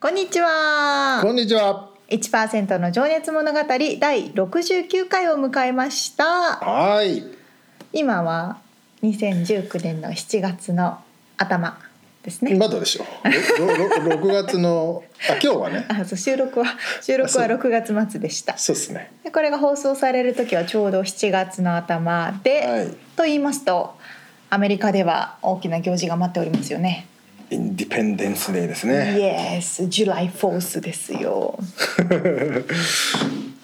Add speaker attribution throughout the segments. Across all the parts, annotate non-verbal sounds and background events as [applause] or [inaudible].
Speaker 1: こんにちは
Speaker 2: [laughs] こんにちは。
Speaker 1: 1%の情熱物語第69回を迎えました
Speaker 2: はい。
Speaker 1: 今は2019年の7月の頭ですね、
Speaker 2: まだでしょ。六月のあ今日はね。
Speaker 1: あそう収録は収録は
Speaker 2: そう
Speaker 1: 6月末でした
Speaker 2: そうですね。
Speaker 1: でこれが放送される時はちょうど7月の頭で、
Speaker 2: はい
Speaker 1: と言いますとアメリカでは大きな行事が待っておりますよね
Speaker 2: インディペンデンスデーです
Speaker 1: イ
Speaker 2: ね。
Speaker 1: エスジュライフォースです
Speaker 2: [laughs]
Speaker 1: よ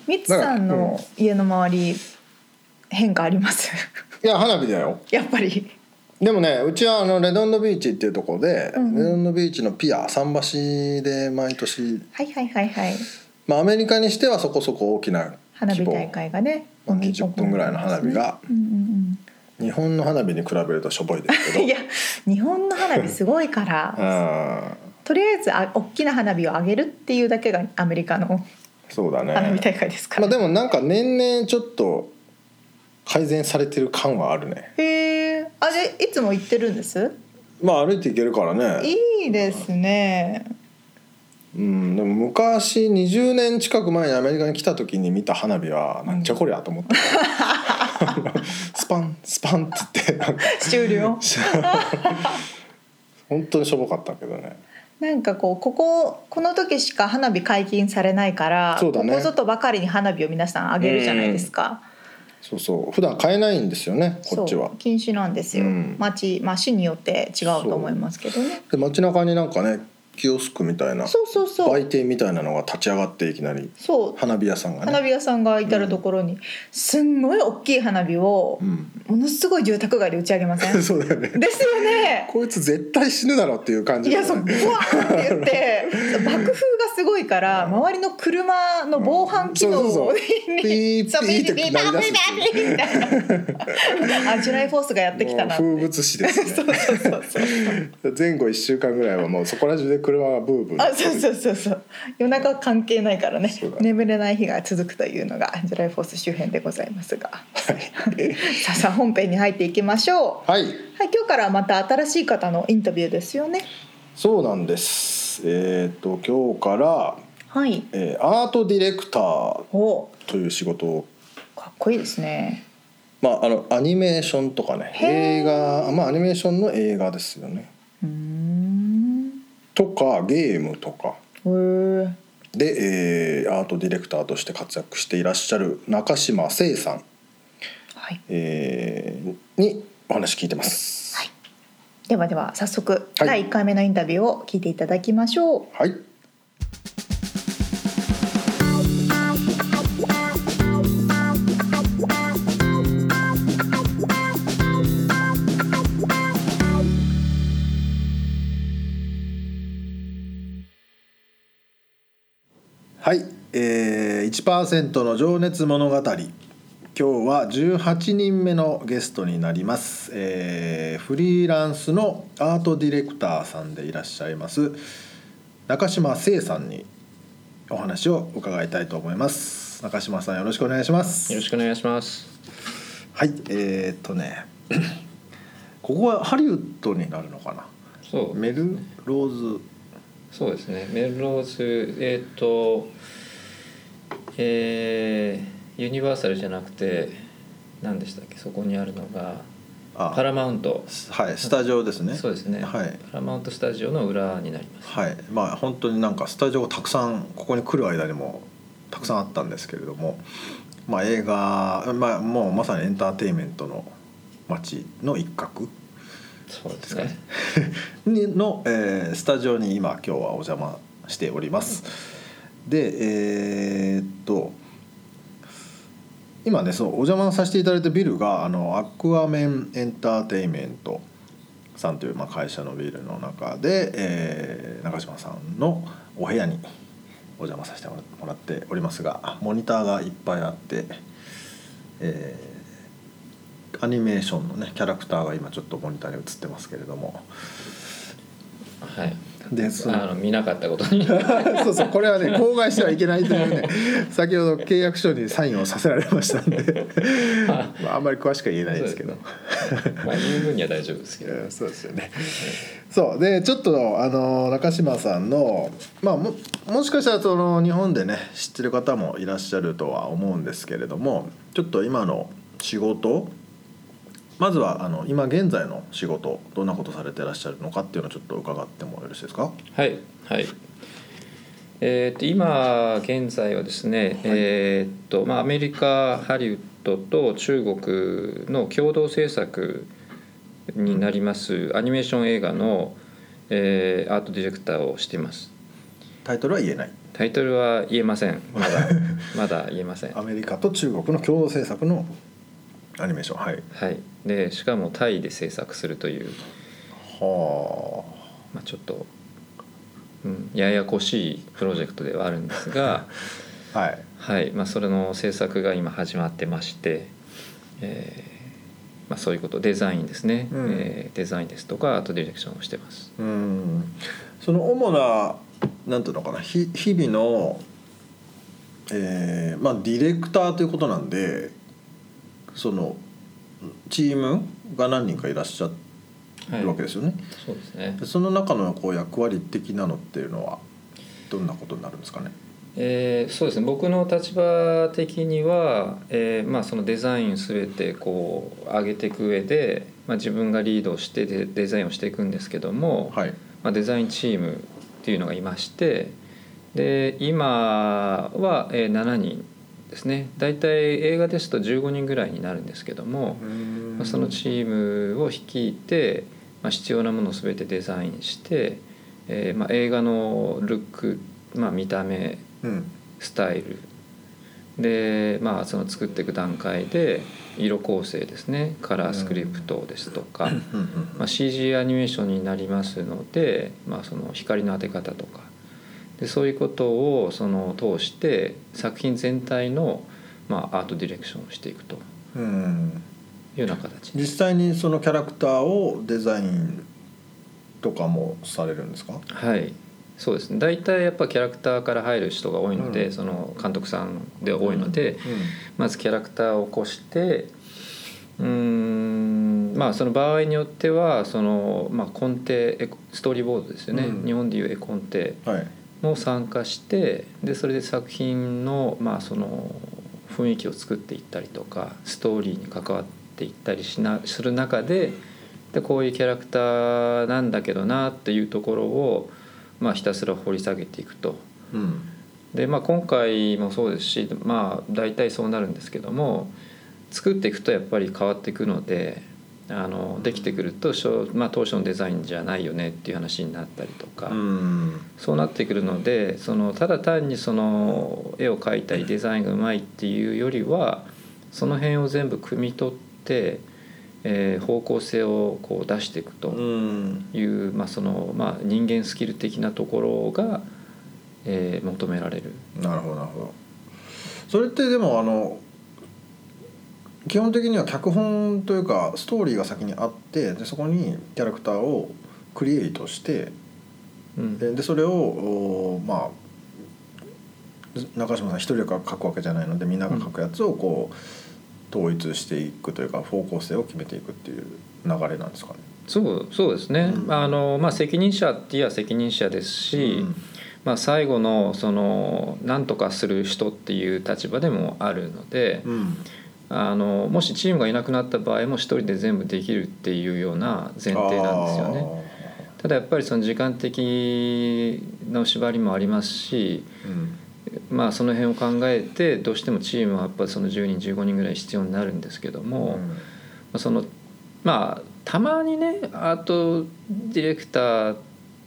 Speaker 1: ミツさん
Speaker 2: なん
Speaker 1: の
Speaker 2: か
Speaker 1: 家の周り変化あります
Speaker 2: いや花火だよ。
Speaker 1: やっぱり
Speaker 2: でもねうちはあのレドンドビーチっていうところで、
Speaker 1: うんうん
Speaker 2: レドンドビーチのピア桟橋で毎年、
Speaker 1: はいはいはいはい
Speaker 2: まあアメリカにしてはそこそこ大きな
Speaker 1: 花火
Speaker 2: 規模。
Speaker 1: 大会がね
Speaker 2: まあ20分ぐらいの花火が
Speaker 1: うんうん
Speaker 2: 日本の花火に比べるとしょぼいですけ
Speaker 1: う
Speaker 2: ど。
Speaker 1: ん、いや日本の花火すごいか
Speaker 2: う
Speaker 1: ら
Speaker 2: ん。
Speaker 1: とりあえずあ大きな花火を上げるっていうだけがアメリカの
Speaker 2: そうだね。
Speaker 1: 花火大会ですか
Speaker 2: ま
Speaker 1: ら、
Speaker 2: あでもなんか年々ちょっと改善されてる感はあるね。
Speaker 1: へえあれいつも行ってるんです
Speaker 2: まあ歩いていけるからね。
Speaker 1: いいですね
Speaker 2: うん、でも昔20年近く前にアメリカに来た時に見た花火はなんじゃこりゃと
Speaker 1: [laughs]
Speaker 2: 思った、スパンスパンって言ってなんか
Speaker 1: 終
Speaker 2: [laughs]
Speaker 1: 了
Speaker 2: 本当にしょぼかったけどね
Speaker 1: なんかこうこここの時しか花火解禁されないから、
Speaker 2: そ
Speaker 1: こ
Speaker 2: うだね
Speaker 1: こぞとばかりに花火を皆さん上げるじゃないですか、
Speaker 2: そうそう普段買えないんですよねこっちは
Speaker 1: そう禁止なんですよ、
Speaker 2: うん
Speaker 1: 町まあ市によって違うと思いますけどね
Speaker 2: で街中になんかねキオスクみたいな
Speaker 1: そうそうそう
Speaker 2: 売店みたいなのが立ち上がっていきなり
Speaker 1: そう
Speaker 2: 花火屋さんがね
Speaker 1: 花火屋さんが至るところに、すんごい大きい花火を
Speaker 2: う、ん、
Speaker 1: ものすごい住宅街で打ち上げません
Speaker 2: [laughs] そうだよね
Speaker 1: ですよね
Speaker 2: こいつ絶対死ぬだろっていう感じ
Speaker 1: い
Speaker 2: だ
Speaker 1: や
Speaker 2: よ
Speaker 1: そう
Speaker 2: ね
Speaker 1: ブワーって言って爆風がすごいから周りの車の防犯機能
Speaker 2: うんそうそうそう
Speaker 1: に
Speaker 2: ピー
Speaker 1: そう
Speaker 2: ピーって
Speaker 1: ピー
Speaker 2: 鳴り出す
Speaker 1: ピーピーピーみたい
Speaker 2: [laughs]
Speaker 1: なあジュライフォースがやってきたなって
Speaker 2: もう風物詩です
Speaker 1: [laughs]
Speaker 2: ね
Speaker 1: そうそうそうそう
Speaker 2: 前後1週間ぐらいはもうそこら中で車がブーブー
Speaker 1: あそうそうそうそう夜中は関係ないからね
Speaker 2: そうだね
Speaker 1: 眠れない日が続くというのがジュライフォース周辺でございますが [laughs] さあさあ本編に入っていきましょう
Speaker 2: はい
Speaker 1: はい今日からまた新しい方のインタビューですよね
Speaker 2: そうなんですえっ、と今日から、
Speaker 1: はい
Speaker 2: えーアートディレクター
Speaker 1: お
Speaker 2: という仕事を
Speaker 1: かっこいいですね
Speaker 2: まああのアニメーションとかね
Speaker 1: へー
Speaker 2: 映画まあアニメーションの映画ですよね
Speaker 1: うーん
Speaker 2: とかゲームとか
Speaker 1: へー
Speaker 2: で、えーアートディレクターとして活躍していらっしゃる中島聖さん、
Speaker 1: はい
Speaker 2: えーにお話聞いてます。
Speaker 1: はいではでは早速
Speaker 2: はい
Speaker 1: 第1回目のインタビューを聞いていただきましょう、
Speaker 2: はいはい、えー、1%の情熱物語今日は18人目のゲストになります、えーフリーランスのアートディレクターさんでいらっしゃいます中島聖さんにお話を伺いたいと思います中島さんよろしくお願いします
Speaker 3: よろしくお願いします。
Speaker 2: はいえー、っとね [clears throat] ここはハリウッドになるのかな
Speaker 3: そう、
Speaker 2: メルローズ
Speaker 3: そうですね。メルローズ、えっ、と、えーユニバーサルじゃなくて、何でしたっけ？そこにあるのが
Speaker 2: あ
Speaker 3: パラマウント。
Speaker 2: はいスタジオですね
Speaker 3: そうですね。
Speaker 2: はい
Speaker 3: パラマウントスタジオの裏になります。
Speaker 2: はいまあ本当になんかスタジオがたくさんここに来る間にもたくさんあったんですけれども、まあ、映画、まあ、もうまさにエンターテインメントの町の一角
Speaker 3: そうですね
Speaker 2: [laughs] にの、えースタジオに今今日はお邪魔しております。でえーっと今ねそうお邪魔させていただいたビルがあのアクアメンエンターテインメントさんという、まあ、会社のビルの中で、えー中島さんのお部屋にお邪魔させてもらっておりますがモニターがいっぱいあって、えーアニメーションのねキャラクターが今ちょっとモニターに映ってますけれども。
Speaker 3: [laughs] はい
Speaker 2: でそ
Speaker 3: あ
Speaker 2: の
Speaker 3: の見なかったこと [laughs] に
Speaker 2: [laughs] そうそうこれはね口外してはいけないというね先ほど契約書にサインをさせられましたんで、まあ、あんまり詳しくは言えないですけど
Speaker 3: まあ言う分には大丈夫ですけど
Speaker 2: うんそうですよねそうでちょっとあの中島さんのまあももしかしたらその日本でね知ってる方もいらっしゃるとは思うんですけれどもちょっと今の仕事まずはあの今現在の仕事どんなことされてらっしゃるのかっていうのをちょっと伺ってもよろしいですか
Speaker 3: はいはいえー、と今現在はですね、えーっとまあ、アメリカハリウッドと中国の共同制作になりますアニメーション映画の、えーアートディレクターをしています
Speaker 2: タイトルは言えない
Speaker 3: タイトルは言えませんまだまだ言えません
Speaker 2: アメリカと中国の共同制作のアニメーションはい
Speaker 3: はいでしかもタイで制作するという、
Speaker 2: は
Speaker 3: まあ、ちょっと、うん、ややこしいプロジェクトではあるんですが
Speaker 2: あはい
Speaker 3: はいまあ、それの制作が今始まってまして、えーまあ、そういうことデザインですね、
Speaker 2: うん
Speaker 3: えーデザインですとかアートディレクションをしてます
Speaker 2: うんその主ななんていうのかなひ日々のえーまあディレクターということなんでそのチームが何人かいらっしゃるわけですよね、
Speaker 3: そうですね
Speaker 2: でその中のこう役割的なのっていうのはどんなことになるんですかね
Speaker 3: えーそうですね僕の立場的には、えーまあ、そのデザイン全てこう上げていく上で、まあ、自分がリードしてデデザインをしていくんですけども、
Speaker 2: はい
Speaker 3: まあ、デザインチームっていうのがいましてで今はえー7人ですね大体映画ですと15人ぐらいになるんですけども、まあ、そのチームを率いて、まあ、必要なものを全てデザインして、えーまあ、映画のルック、まあ、見た目
Speaker 2: うん
Speaker 3: スタイルで、まあ、その作っていく段階で色構成ですねカラースクリプトですとか。
Speaker 2: うん
Speaker 3: まあ、CG アニメーションになりますので、まあ、その光の当て方とかでそういうことをその通して作品全体の、まあ、アートディレクションをしていくとい
Speaker 2: うんうん
Speaker 3: うような形で
Speaker 2: 実際にそのキャラクターをデザインとかもされるんですか
Speaker 3: はいそうですね大体やっぱキャラクターから入る人が多いので、
Speaker 2: うん
Speaker 3: その監督さんで多いので、
Speaker 2: う
Speaker 3: まずキャラクターを起こしてうーんまあその場合によってはその、まあ、コンテエコストーリーボードですよね、
Speaker 2: うん
Speaker 3: 日本でいう絵コンテ
Speaker 2: んはい
Speaker 3: も参加してでそれで作品の,、まあその雰囲気を作っていったりとかストーリーに関わっていったりしなする中ででこういうキャラクターなんだけどなっていうところを、まあ、ひたすら掘り下げていくと。
Speaker 2: うん
Speaker 3: でまあ、今回もそうですし、まあ、大体そうなるんですけども作っていくとやっぱり変わっていくのであのできてくると、しょまあ、当初のデザインじゃないよねっていう話になったりとか、
Speaker 2: うん
Speaker 3: そうなってくるのでそのただ単にその絵を描いたりデザインがうまいっていうよりはその辺を全部汲み取って、えー方向性をこう出してい
Speaker 2: う
Speaker 3: くと
Speaker 2: ん
Speaker 3: いう、まあそのまあ、人間スキル的なところが、えー求められる。
Speaker 2: なるほどなるほどそれってでもあの基本的には脚本というかストーリーが先にあってでそこにキャラクターをクリエイトして
Speaker 3: うん
Speaker 2: ででそれをおーまあ中島さん一人が書くわけじゃないのでみんなが書くやつをこう統一していくというか方向性を決めていくっていう流れなんですかね。
Speaker 3: そうそうですね、
Speaker 2: うん
Speaker 3: あのまあ、責任者っていや責任者ですし、
Speaker 2: うん
Speaker 3: まあ、最後のその何とかする人っていう立場でもあるので、
Speaker 2: うん
Speaker 3: あのもしチームがいなくなった場合も一人で全部できるっていうような前提なんですよね。ただやっぱりその時間的な縛りもありますし、
Speaker 2: あーうん
Speaker 3: まあ、その辺を考えてどうしてもチームはやっぱりその10人15人ぐらい必要になるんですけども、まあそのまあたまにねアートディレクターっ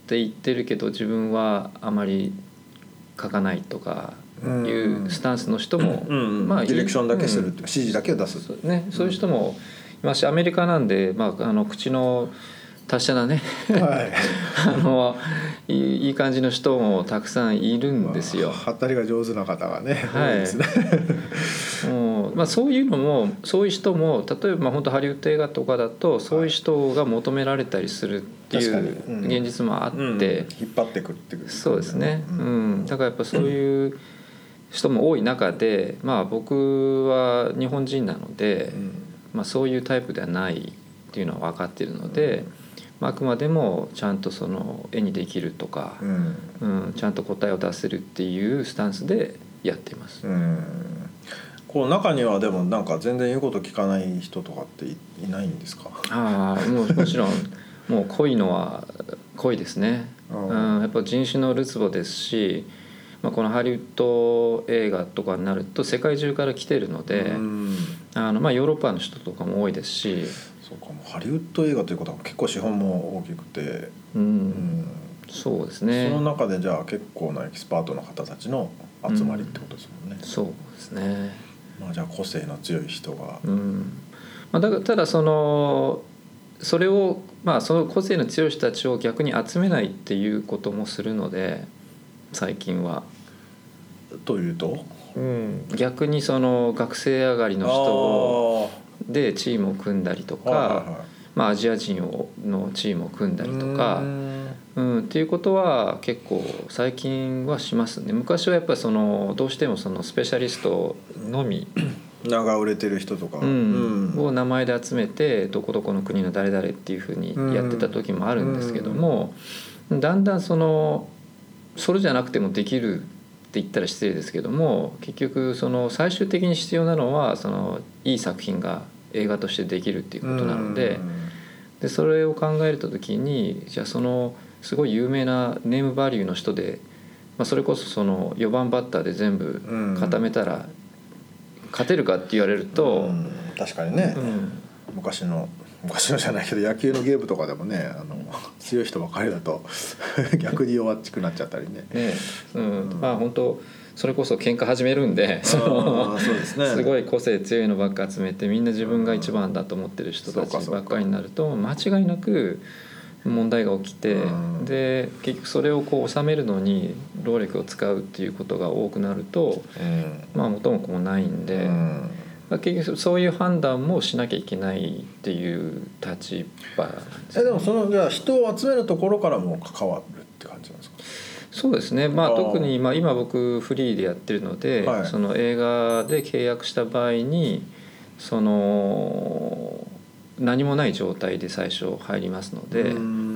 Speaker 3: て言ってるけど自分はあまり書かないとか
Speaker 2: うん
Speaker 3: いうスタンスの人も、
Speaker 2: うんうん
Speaker 3: まあ
Speaker 2: ディレクションだけするっていう
Speaker 3: うん
Speaker 2: 指示だけを出す
Speaker 3: そうね、そういう人もいますしアメリカなんで、まあ、あの口の達者なね [laughs]
Speaker 2: はい
Speaker 3: あのいいいい感じの人もたくさんいるんですよ。
Speaker 2: はったりが上手な方がね、
Speaker 3: はい
Speaker 2: 多いですね
Speaker 3: もうまあ、そういうのもそういう人も例えばまあ本当ハリウッド映画とかだとそういう人が求められたりするってい
Speaker 2: 確かに
Speaker 3: う
Speaker 2: うん
Speaker 3: 現実もあって、
Speaker 2: うん引っ張ってくっていう
Speaker 3: そうですね、う
Speaker 2: うんん
Speaker 3: だからやっぱそういう人も多い中で、まあ、僕は日本人なので、まあ、そういうタイプではないっていうのは分かっているので、まあ、あくまでもちゃんとその絵にできるとか
Speaker 2: う、ん
Speaker 3: うんちゃんと答えを出せるっていうスタンスでやっています。
Speaker 2: うんこう中にはでもなんか全然言うこと聞かない人とかっていいないんですか
Speaker 3: ああもうもち [laughs] ろんもう濃いのは濃いですね、
Speaker 2: う
Speaker 3: うんん、やっぱ人種のるつぼですし、まあ、このハリウッド映画とかになると世界中から来てるので、
Speaker 2: うん
Speaker 3: あのまあ、ヨーロッパの人とかも多いですし、
Speaker 2: そうかもうハリウッド映画ということは結構資本も大きくて、う
Speaker 3: う
Speaker 2: ん
Speaker 3: ん、そうですね
Speaker 2: その中でじゃあ結構なエキスパートの方たちの集まりってことですもんね、
Speaker 3: そうですね、
Speaker 2: まあ、じゃあ個性の強い人が、
Speaker 3: うんまあ、だからただそのそれをまあその個性の強い人たちを逆に集めないっていうこともするので最近は、
Speaker 2: というと
Speaker 3: 逆にその学生上がりの人をでチームを組んだりと
Speaker 2: あーはいはい
Speaker 3: か
Speaker 2: はい
Speaker 3: まあ、アジア人をのチームを組んだりと
Speaker 2: う
Speaker 3: か
Speaker 2: ー。ん
Speaker 3: うん、っていうことは結構最近はしますね昔はやっぱりそのどうしてもそのスペシャリストのみ、
Speaker 2: 名が売れてる人とか、
Speaker 3: うん
Speaker 2: うん
Speaker 3: を名前で集めてどこどこの国の誰々っていうふうにやってた時もあるんですけども、だんだんそのそれじゃなくてもできるって言ったら失礼ですけども結局その最終的に必要なのはそのいい作品が映画としてできるっていうことなので。でそれを考えた時にじゃあそのすごい有名なネームバリューの人で、まあ、それこそその4番バッターで全部
Speaker 2: うん
Speaker 3: 固めたら勝てるかって言われる
Speaker 2: う
Speaker 3: と、
Speaker 2: ん確かにね、
Speaker 3: うん
Speaker 2: 昔の昔のじゃないけど野球のゲームとかでもねあの強い人ばっかりだと [laughs] 逆に弱っちくなっちゃったりね。
Speaker 3: ねうん、まあ本当それこそ喧嘩始めるんでそ
Speaker 2: あー
Speaker 3: の
Speaker 2: そうですね
Speaker 3: すごい個性強いのばっか集めてみんな自分が一番だと思ってる人た
Speaker 2: そうか
Speaker 3: ち
Speaker 2: そうか
Speaker 3: ばっかりになると間違いなく問題が起きて
Speaker 2: うん
Speaker 3: で結局それをこう収めるのに労力を使うっていうことが多くなると
Speaker 2: うん
Speaker 3: まあ元も子もないんで、
Speaker 2: うん
Speaker 3: まあ、結局そういう判断もしなきゃいけないっていう立場なんです
Speaker 2: え
Speaker 3: ね
Speaker 2: でもそのじゃあ人を集めるところからも関わるって感じなんですか。
Speaker 3: そうですね、まあ、
Speaker 2: あー
Speaker 3: 特にまあ今僕フリーでやってるので、
Speaker 2: はい
Speaker 3: その映画で契約した場合にその何もない状態で最初入りますので、
Speaker 2: うん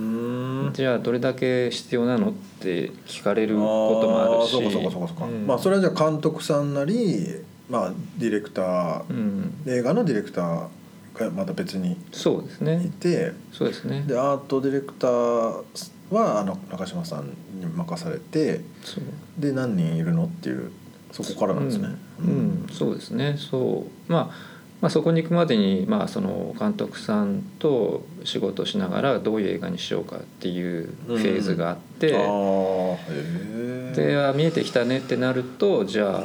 Speaker 3: じゃあどれだけ必要なのって聞かれることもあるし
Speaker 2: ーそうかそうかそうかそうか。
Speaker 3: うん
Speaker 2: まあそれはじゃあ監督さんなりまあディレクター、
Speaker 3: うん
Speaker 2: 映画のディレクターがまた別に
Speaker 3: そうです
Speaker 2: い
Speaker 3: ね
Speaker 2: て。
Speaker 3: そうですね
Speaker 2: でアートディレクターはあの中島さんに任されて
Speaker 3: そう
Speaker 2: で何人いるのっていうそこからなんですね。
Speaker 3: うん、うんそうですね。そう、まあ、まあ、そこに行くまでに、まあ、その監督さんと仕事をしながら、どういう映画にしようかっていうフェーズがあって。
Speaker 2: あーへー
Speaker 3: であ見えてきたねってなるとじゃあ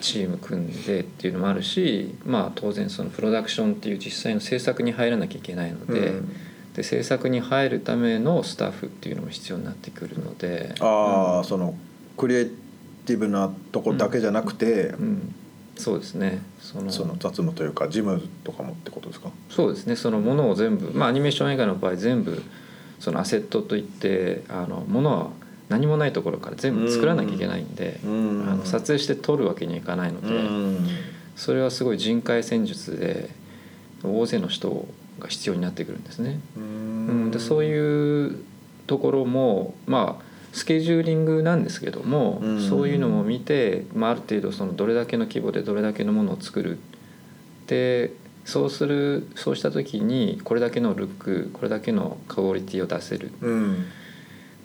Speaker 3: チーム組んでっていうのもあるし、まあ、当然そのプロダクションっていう実際の制作に入らなきゃいけないので,、
Speaker 2: うん
Speaker 3: で制作に入るためのスタッフっていうのも必要になってくるので
Speaker 2: あー、そのクリエイティブなとこだけじゃなくて、
Speaker 3: うん、そうですね
Speaker 2: その雑務というか事務とかもってことですか。
Speaker 3: そうですねそのものを全部、まあ、アニメーション映画の場合全部そのアセットといってあのものは何もないところから全部作らなきゃいけないんで、
Speaker 2: うん
Speaker 3: あの撮影して撮るわけにはいかないので、
Speaker 2: うん
Speaker 3: それはすごい人海戦術で大勢の人が必要になってくるんですね。うん、でそう
Speaker 2: う
Speaker 3: いうところもまあスケジューリングなんですけども、
Speaker 2: うん
Speaker 3: そういうのも見て、まあ、ある程度そのどれだけの規模でどれだけのものを作るでそうするそうした時にこれだけのルックこれだけのクオリティを出せる
Speaker 2: うん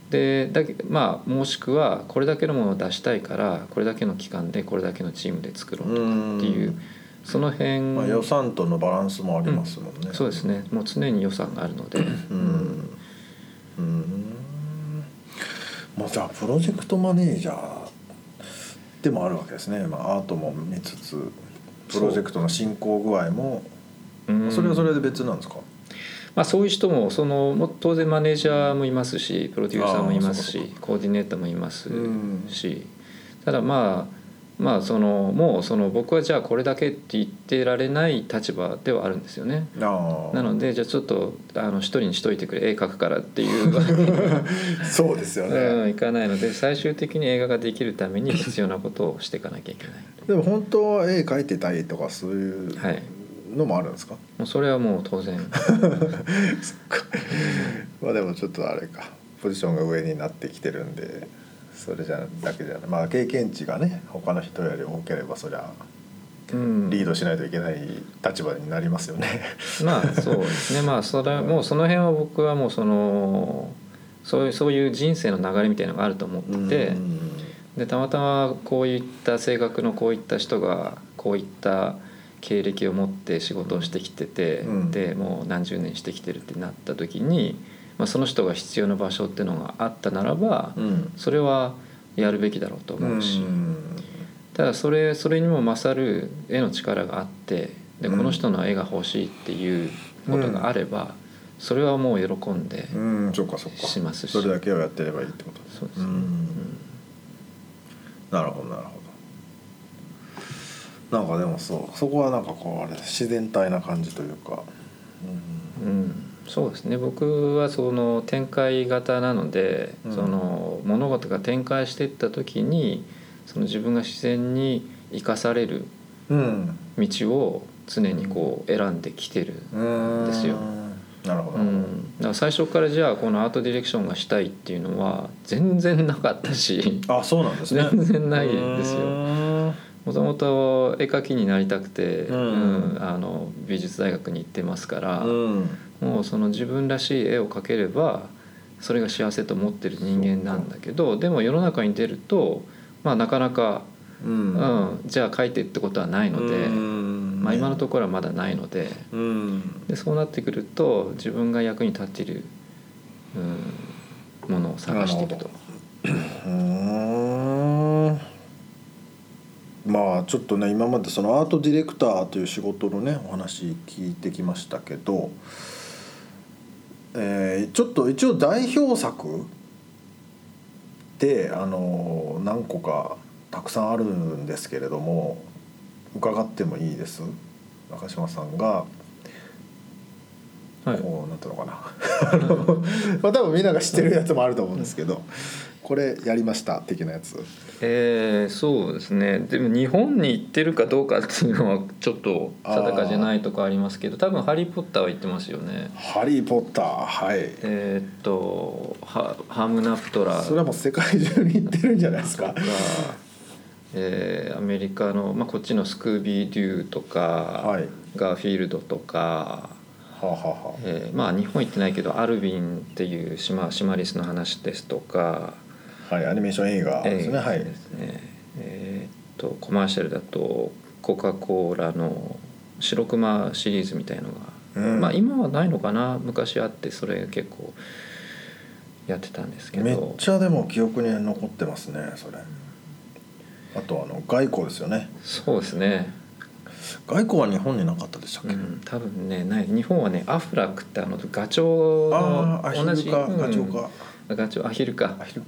Speaker 3: でだけまあもしくはこれだけのものを出したいからこれだけの期間でこれだけのチームで作ろうとかっていうその辺、
Speaker 2: まあ、予算とのバランスもありますもんね、
Speaker 3: そうですねもう常に予算があるので、
Speaker 2: うんうんまあじゃあプロジェクトマネージャーでもあるわけですね、まあ、アートも見つつプロジェクトの進行具合も
Speaker 3: うん
Speaker 2: それはそれで別なんですか、
Speaker 3: まあ、そういう人もそのも当然マネージャーもいますしプロデューサーもいま
Speaker 2: あ
Speaker 3: す
Speaker 2: ーそう
Speaker 3: しコーディネーターもいます
Speaker 2: うん
Speaker 3: し、ただまあまあそのもうその僕はじゃあこれだけって言ってられない立場ではあるんですよね。
Speaker 2: ああ
Speaker 3: なのでじゃあちょっとあの一人にしといてくれ絵描くからっていう
Speaker 2: [laughs]
Speaker 3: わけに
Speaker 2: [laughs] そうですよね、
Speaker 3: うんいかないので最終的に映画ができるために必要なことをしていかなきゃいけない。
Speaker 2: でも本当は絵描いてたいとかそういう
Speaker 3: はい、
Speaker 2: のもあるんですか、
Speaker 3: もうそれはもう
Speaker 2: [laughs]
Speaker 3: 当然
Speaker 2: まあでもちょっとあれかポジションが上になってきてるんでそれじゃだけじゃないまあ経験値がね他の人より多ければそりゃ
Speaker 3: うん
Speaker 2: リードしないといけない立場になりますよね。
Speaker 3: まあそうですねまあそれはもうその辺は僕はもうそのそういうそういう人生の流れみたいなのがあると思ってて、
Speaker 2: うん
Speaker 3: でたまたまこういった性格のこういった人がこういった経歴を持って仕事をしてきてて、
Speaker 2: うん
Speaker 3: でもう何十年してきてるってなった時に、まあ、その人が必要な場所っていうのがあったならば、
Speaker 2: うん
Speaker 3: それはやるべきだろうと思うし。ただそれそれにも勝る絵の力があってで
Speaker 2: うん
Speaker 3: この人の絵が欲しいっていうことがあれば、それはもう喜んで、
Speaker 2: うん、うん、そっかそっか。
Speaker 3: しますし
Speaker 2: それだけをやってればいいってこと
Speaker 3: そうですね
Speaker 2: んなるほどなるほど。なんかでもそうそこはなんかこうあれ自然体な感じというか。うん
Speaker 3: うんそうですね僕はその展開型なので、
Speaker 2: うん
Speaker 3: その物事が展開していった時にその自分が自然に生かされる
Speaker 2: うん。
Speaker 3: 道を常にこう選んできてる
Speaker 2: うん
Speaker 3: ですよ。
Speaker 2: なるほど。
Speaker 3: うん、だから最初からじゃあこのアートディレクションがしたいっていうのは全然なかったし
Speaker 2: あ、そうなんですね。
Speaker 3: 全然ないです
Speaker 2: う
Speaker 3: よ。
Speaker 2: ーん
Speaker 3: もともと絵描きになりたくて、
Speaker 2: うん
Speaker 3: うんあの美術大学に行ってますから、
Speaker 2: うん。
Speaker 3: もうその自分らしい絵を描ければそれが幸せと思ってる人間なんだけどでも世の中に出ると、まあ、なかなか、
Speaker 2: う
Speaker 3: うん
Speaker 2: ん。
Speaker 3: じゃあ描いてってことはないので、まあ、今のところはまだないので
Speaker 2: ろ。うん。
Speaker 3: でそうなってくると自分が役に立っている、うん、ものを探していく
Speaker 2: なる
Speaker 3: と。
Speaker 2: うーんまあちょっとね今までそのアートディレクターという仕事のねお話聞いてきましたけど、えーちょっと一応代表作であの何個かたくさんあるんですけれども伺ってもいいです中島さんが
Speaker 3: はい
Speaker 2: こうなんて [laughs] いうのかなあのまあ多分みんなが知ってるやつもあると思うんですけどこれやりました的なやつ
Speaker 3: えー、そうですねでも日本に行ってるかどうかっていうのはちょっと定かじゃないとこありますけど多分「ハリー・ポッター」は行ってますよね
Speaker 2: 「ハリー・ポッター」はい
Speaker 3: えーっとハハムナプトラ
Speaker 2: それはもう世界中に行ってるんじゃないですか
Speaker 3: とか、えーアメリカの、まあ、こっちのスクービー・デューとか、
Speaker 2: はい
Speaker 3: ガーフィールドとか、
Speaker 2: はあ、はあは
Speaker 3: えーまあ日本行ってないけどアルビンっていう島島リスの話ですとか
Speaker 2: あ、はいアニメーション映画ですね、
Speaker 3: えー
Speaker 2: はい
Speaker 3: ですねえーっとコマーシャルだとコカ・コーラの白熊シリーズみたいのが、
Speaker 2: うん
Speaker 3: まあ今はないのかな昔あってそれ結構やってたんですけど
Speaker 2: めっちゃでも記憶に残ってますねそれあとあの外交ですよね
Speaker 3: そうですね、
Speaker 2: 外交は日本になかったでしたっ
Speaker 3: う
Speaker 2: け、
Speaker 3: ん、多分ねない日本はねアフラックってあのガチョウ
Speaker 2: あ
Speaker 3: の
Speaker 2: あアヒ
Speaker 3: 同じ
Speaker 2: ルか、
Speaker 3: うん
Speaker 2: ガチョウか
Speaker 3: ガチョウアヒルか
Speaker 2: アヒル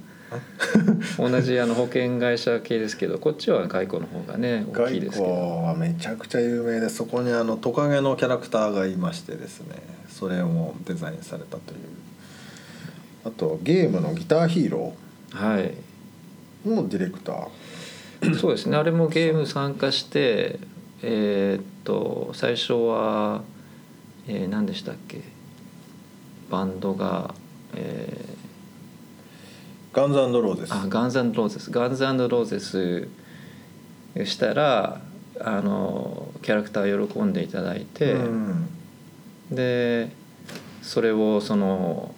Speaker 3: 同じあの保険会社系ですけどこっちは外交の方がね大き
Speaker 2: 外
Speaker 3: いで
Speaker 2: 交
Speaker 3: すけど
Speaker 2: はめちゃくちゃ有名でそこにあのトカゲのキャラクターがいましてですねそれもデザインされたというあとゲームの「ギターヒーロ
Speaker 3: はい
Speaker 2: ー」のディレクター [clears throat]
Speaker 3: そうですねあれもゲーム参加してえーっと最初は、えー、何でしたっけバンドが、え
Speaker 2: ガンズローゼス
Speaker 3: ー、あガンズローゼスガンズローゼスしたらあのキャラクター喜んでいただいて、
Speaker 2: うん
Speaker 3: でそれをその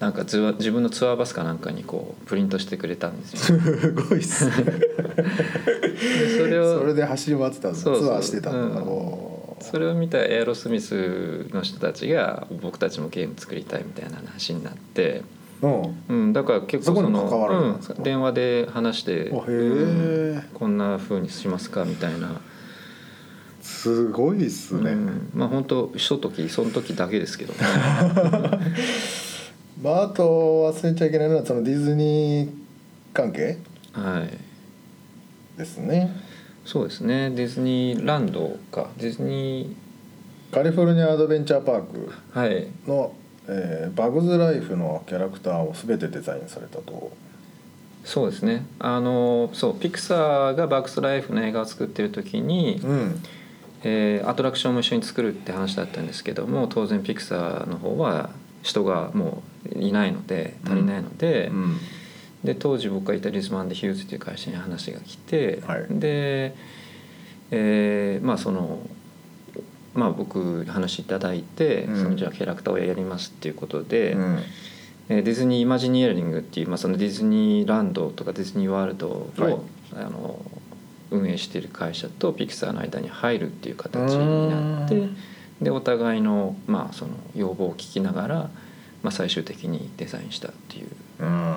Speaker 3: なんかツアー自分のツアーバスかなんかにこうプリントしてくれたんです
Speaker 2: [laughs]
Speaker 3: よ
Speaker 2: すごいっすね
Speaker 3: でそれ
Speaker 2: [laughs]
Speaker 3: を
Speaker 2: それで走り回ってたんです
Speaker 3: そうそう
Speaker 2: ツアーしてたんだ
Speaker 3: うん
Speaker 2: ろ
Speaker 3: それを見たエアロスミスの人たちが僕たちもゲーム作りたいみたいな話になって、
Speaker 2: ううん
Speaker 3: うん、だから結
Speaker 2: そ
Speaker 3: 構
Speaker 2: こ
Speaker 3: そ
Speaker 2: にも
Speaker 3: の
Speaker 2: 関わるんですか
Speaker 3: うん、電話で話して、
Speaker 2: おへ
Speaker 3: うん
Speaker 2: え
Speaker 3: こんな風にしますかみたいな、
Speaker 2: すごいっす
Speaker 3: う
Speaker 2: ね、
Speaker 3: ん、まあ本当ひと時その時だけですけ
Speaker 2: [laughs]
Speaker 3: どね
Speaker 2: まああと忘れちゃいけないのはそのディズニー関係
Speaker 3: はい
Speaker 2: ですね
Speaker 3: そうですねディズニーランドかディズニ
Speaker 2: カリフォルニアアドベンチャーパーク
Speaker 3: ーはい
Speaker 2: の、えーバグズ・ライフのキャラクターを全てデザインされたと
Speaker 3: そうですねあのそうピクサーが「バックス・ライフ」の映画を作ってる時に、
Speaker 2: うん
Speaker 3: えーアトラクションも一緒に作るって話だったんですけども当然ピクサーの方は人がもういないので足りないので,、
Speaker 2: うん
Speaker 3: で当時僕がいたリズマンでヒューズという会社に話が来て、
Speaker 2: はい
Speaker 3: で、えーまあその。まあ、僕話いただいて、
Speaker 2: うん
Speaker 3: そのじゃあキャラクターをやりますっていうことで、
Speaker 2: うん
Speaker 3: えーディズニー・イマジニエリングっていう、まあ、そのディズニーランドとかディズニーワールドを、
Speaker 2: はい
Speaker 3: あの運営している会社とピクサーの間に入るっていう形になっ
Speaker 2: う
Speaker 3: て
Speaker 2: ん
Speaker 3: でお互いの,、まあその要望を聞きながら、まあ、最終的にデザインしたっていう
Speaker 2: うん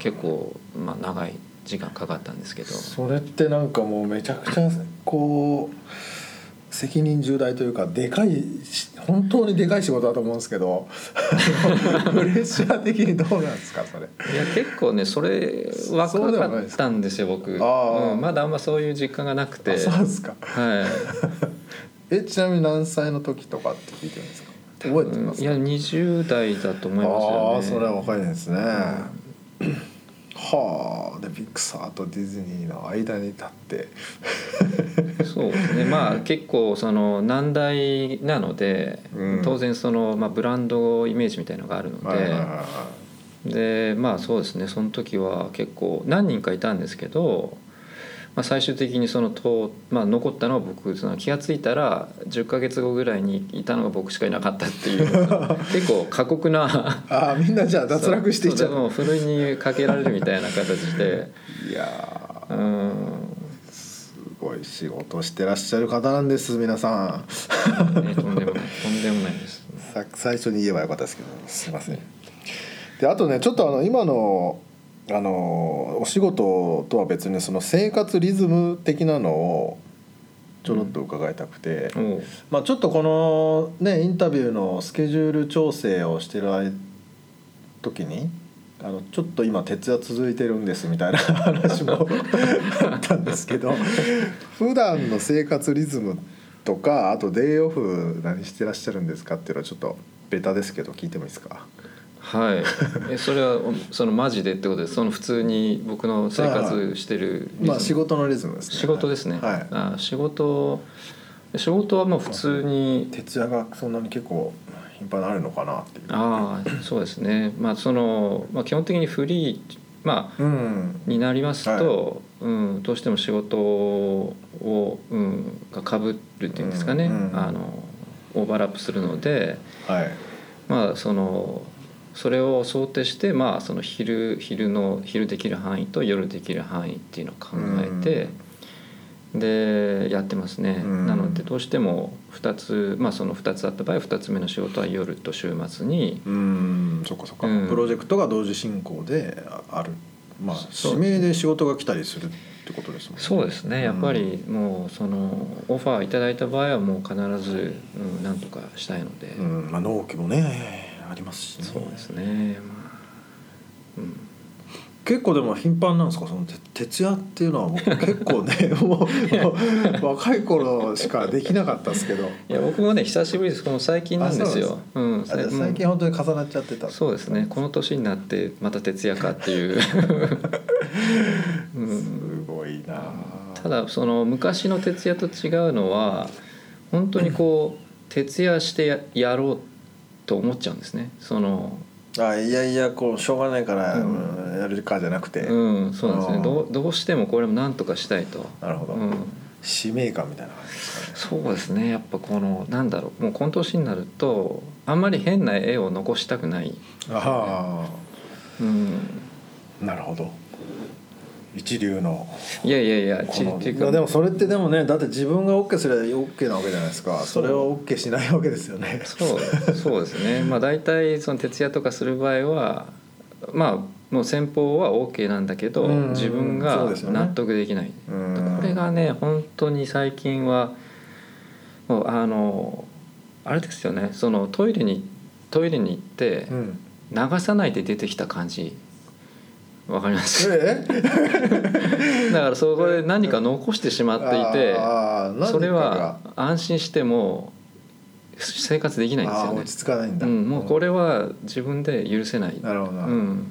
Speaker 3: 結構、まあ、長い時間かかったんですけど
Speaker 2: それってなんかもうめちゃくちゃこう責任重大というかでかいし本当にでかい仕事だと思うんですけ
Speaker 3: [laughs]
Speaker 2: どプレッシャー的にどうなんですかそれ
Speaker 3: いや結構ねそれ
Speaker 2: そう
Speaker 3: 若
Speaker 2: でもな
Speaker 3: か
Speaker 2: い
Speaker 3: っ
Speaker 2: ですか
Speaker 3: たんですよ僕
Speaker 2: あー
Speaker 3: うんまだあんまそういう実感がなくて
Speaker 2: あ。そうですか
Speaker 3: はい
Speaker 2: えちなみに何歳の時とかって聞いてるんですか覚えてます
Speaker 3: いや20代だと思いますよね
Speaker 2: ああーそれは若いですね、はあでピクサーとディズニーの間に立って
Speaker 3: そうですねまあ結構その難題なので、
Speaker 2: うん
Speaker 3: 当然その、まあ、ブランドイメージみたいのがあるので、
Speaker 2: はいはいはいは
Speaker 3: でまあそうですねその時は結構何人かいたんですけど、まあ、最終的にそのと、まあ、残ったのは僕その気が付いたら10ヶ月後ぐらいにいたのが僕しかいなかったっ
Speaker 2: [laughs]
Speaker 3: ていう結構過酷ない
Speaker 2: ああみんなじゃあ脱落していっちゃ
Speaker 3: そうで
Speaker 2: う
Speaker 3: もふるいにかけられるみたいな形で
Speaker 2: いや
Speaker 3: うん
Speaker 2: ーすごい仕事してらっしゃる方なんです皆さん
Speaker 3: ねとんでもないとんでもないです。
Speaker 2: さ最初に言えばよかったですけどすいませんであとねちょっとあの今のあのお仕事とは別にその生活リズム的なのをちょろっと伺いたくて、
Speaker 3: おう
Speaker 2: まあ、ちょっとこのねインタビューのスケジュール調整をしてる間時にあのちょっと今徹夜続いてるんですみたいな話も [laughs] あったんですけど普段の生活リズムとかあとデイオフ何してらっしゃるんですかっていうのはちょっとベタですけど聞いてもいいですか
Speaker 3: はい、えそれはおそのマジでってことですその普通に僕の生活してるリズム
Speaker 2: まあ仕事のリズムですね
Speaker 3: 仕事ですね、
Speaker 2: はい、
Speaker 3: あ仕事仕事はもう普通に
Speaker 2: 徹夜がそんなに結構頻繁にあるのかなっていう
Speaker 3: ああそうですねまあその、まあ、基本的にフリーまあ
Speaker 2: うん
Speaker 3: になりますと、うん、どうしても仕事を、うん、がかぶるっていうんですかね、
Speaker 2: うんうん
Speaker 3: あのオーバーラップするので、
Speaker 2: はい
Speaker 3: まあそのそれを想定してまあその昼昼の昼できる範囲と夜できる範囲っていうのを考えて、でやってますね、
Speaker 2: うん
Speaker 3: なのでどうしても2つまあその2つあった場合2つ目の仕事は夜と週末に
Speaker 2: うーんそっかそっか、
Speaker 3: うん
Speaker 2: プロジェクトが同時進行でああるまあ
Speaker 3: そう
Speaker 2: 指名で仕事が来たりするってことですもんね
Speaker 3: そうですねやっぱりもうそのオファーいただいた場合はもう必ず、うん、なんとかしたいので、
Speaker 2: うんまあ、納期もねありますし、ね、
Speaker 3: そうですねまあうん
Speaker 2: 結構でも頻繁なんですかそのて徹夜っていうのは僕結構
Speaker 3: [laughs]
Speaker 2: ねもうもう若い頃しかできなかったですけど
Speaker 3: いや僕もね久しぶりですこの最近なんですようん
Speaker 2: あじゃあ
Speaker 3: 最
Speaker 2: 最近本当に重なっちゃってた
Speaker 3: そうですねこの年になってまた徹夜かっていう、
Speaker 2: [laughs]
Speaker 3: うん、
Speaker 2: すごいなあ
Speaker 3: ただその昔の徹夜と違うのは本当にこう徹夜してややろうと思っちゃうんですねその
Speaker 2: あいやいやこうしょうがないから、
Speaker 3: うん
Speaker 2: うんやるかじゃなくて、
Speaker 3: うんそうなんです
Speaker 2: あ
Speaker 3: ね
Speaker 2: ー
Speaker 3: どうどうしてもこれも何とかしたいと、
Speaker 2: なるほど、
Speaker 3: うん、
Speaker 2: 使命感みたいな感じですかね
Speaker 3: そうですねやっぱこのなんだろうもう今年になるとあんまり変な絵を残したくない、
Speaker 2: あ
Speaker 3: うん、
Speaker 2: あなるほど一流の
Speaker 3: いやいやいや
Speaker 2: こ
Speaker 3: ち
Speaker 2: の
Speaker 3: っていう
Speaker 2: いや
Speaker 3: か
Speaker 2: でもそれってでもねだって自分が OK すれば OK なわけじゃないですか
Speaker 3: そ
Speaker 2: そうれは OK しないわけですよね
Speaker 3: そうそうですねまあ大体その徹夜とかする場合はまあもう先方は OK なんだけど
Speaker 2: うん
Speaker 3: 自分
Speaker 2: そう
Speaker 3: が
Speaker 2: ですよね
Speaker 3: 納得できない、
Speaker 2: うん
Speaker 3: これがね本当に最近はもうあのあれですよねそのトイレにトイレに行って
Speaker 2: うん
Speaker 3: 流さないで出てきた感じわかります
Speaker 2: え
Speaker 3: [laughs] だからそこで何か残してしまっていて
Speaker 2: あー
Speaker 3: それは
Speaker 2: 何か
Speaker 3: 安心しても生活できないんです
Speaker 2: があ
Speaker 3: よ
Speaker 2: ー
Speaker 3: ね
Speaker 2: 落ち着かないん
Speaker 3: う
Speaker 2: だ、
Speaker 3: ん、もうこれは自分で許せない、
Speaker 2: なるほどな
Speaker 3: う
Speaker 2: るほど、
Speaker 3: ん、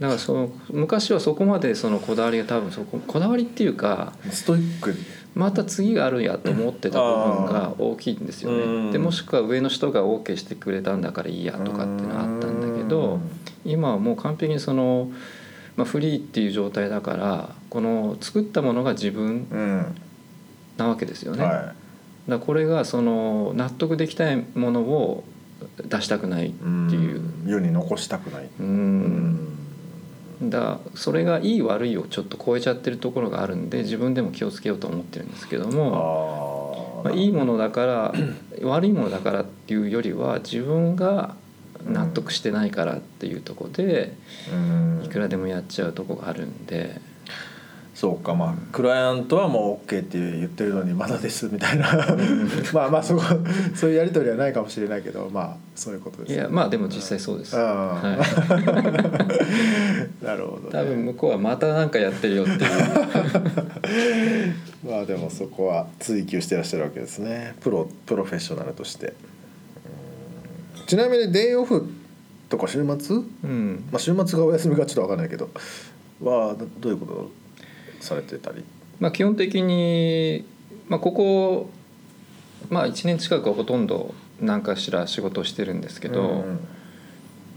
Speaker 3: だからその昔はそこまでそのこだわりが多分そここだわりっていうか
Speaker 2: ストイック
Speaker 3: また次があるんやと思ってた部分が大きいんですよ
Speaker 2: うん
Speaker 3: ねでもしくは上の人が OK してくれたんだからいいやとかっていうのはあったんだけど今はもう完璧にその、まあ、フリーっていう状態だからこの作ったものが自分
Speaker 2: うん、うん
Speaker 3: なわけですよね、だか
Speaker 2: は
Speaker 3: らこれがその納得できたいものを出したくないっ
Speaker 2: い、ん
Speaker 3: ていう
Speaker 2: 世に残したくない、
Speaker 3: う
Speaker 2: うん
Speaker 3: だそれがいい悪いをちょっと超えちゃってるところがあるんで自分でも気をつけようと思ってるんですけど
Speaker 2: あ
Speaker 3: も
Speaker 2: ー
Speaker 3: まあ、いいものだから
Speaker 2: [clears throat]
Speaker 3: 悪いものだからっていうよりは自分が納得してないからっていうところで
Speaker 2: うん
Speaker 3: いくらでもやっちゃうとこがあるんで
Speaker 2: そうかまあクライアントはもう OK って言ってるのにまだですみたいな [laughs] まあまあそこそういうやり取りはないかもしれないけどまあそういうことです
Speaker 3: いやまあでも実際そうです、
Speaker 2: ああ、
Speaker 3: は
Speaker 2: [laughs] なるほど、ね、
Speaker 3: い、多分向こうはまた何かやってるよっていう
Speaker 2: [laughs] まあでもそこは追求してらっしゃるわけですねプロプロフェッショナルとしてうんちなみにデイオフとか週末、
Speaker 3: うん
Speaker 2: まあ、週末がお休みかちょっと分かんないけどはどどういうことをされてたり
Speaker 3: まあ基本的に、まあ、ここ、まあ、1年近くはほとんど何かしら仕事をしてるんですけど、
Speaker 2: うん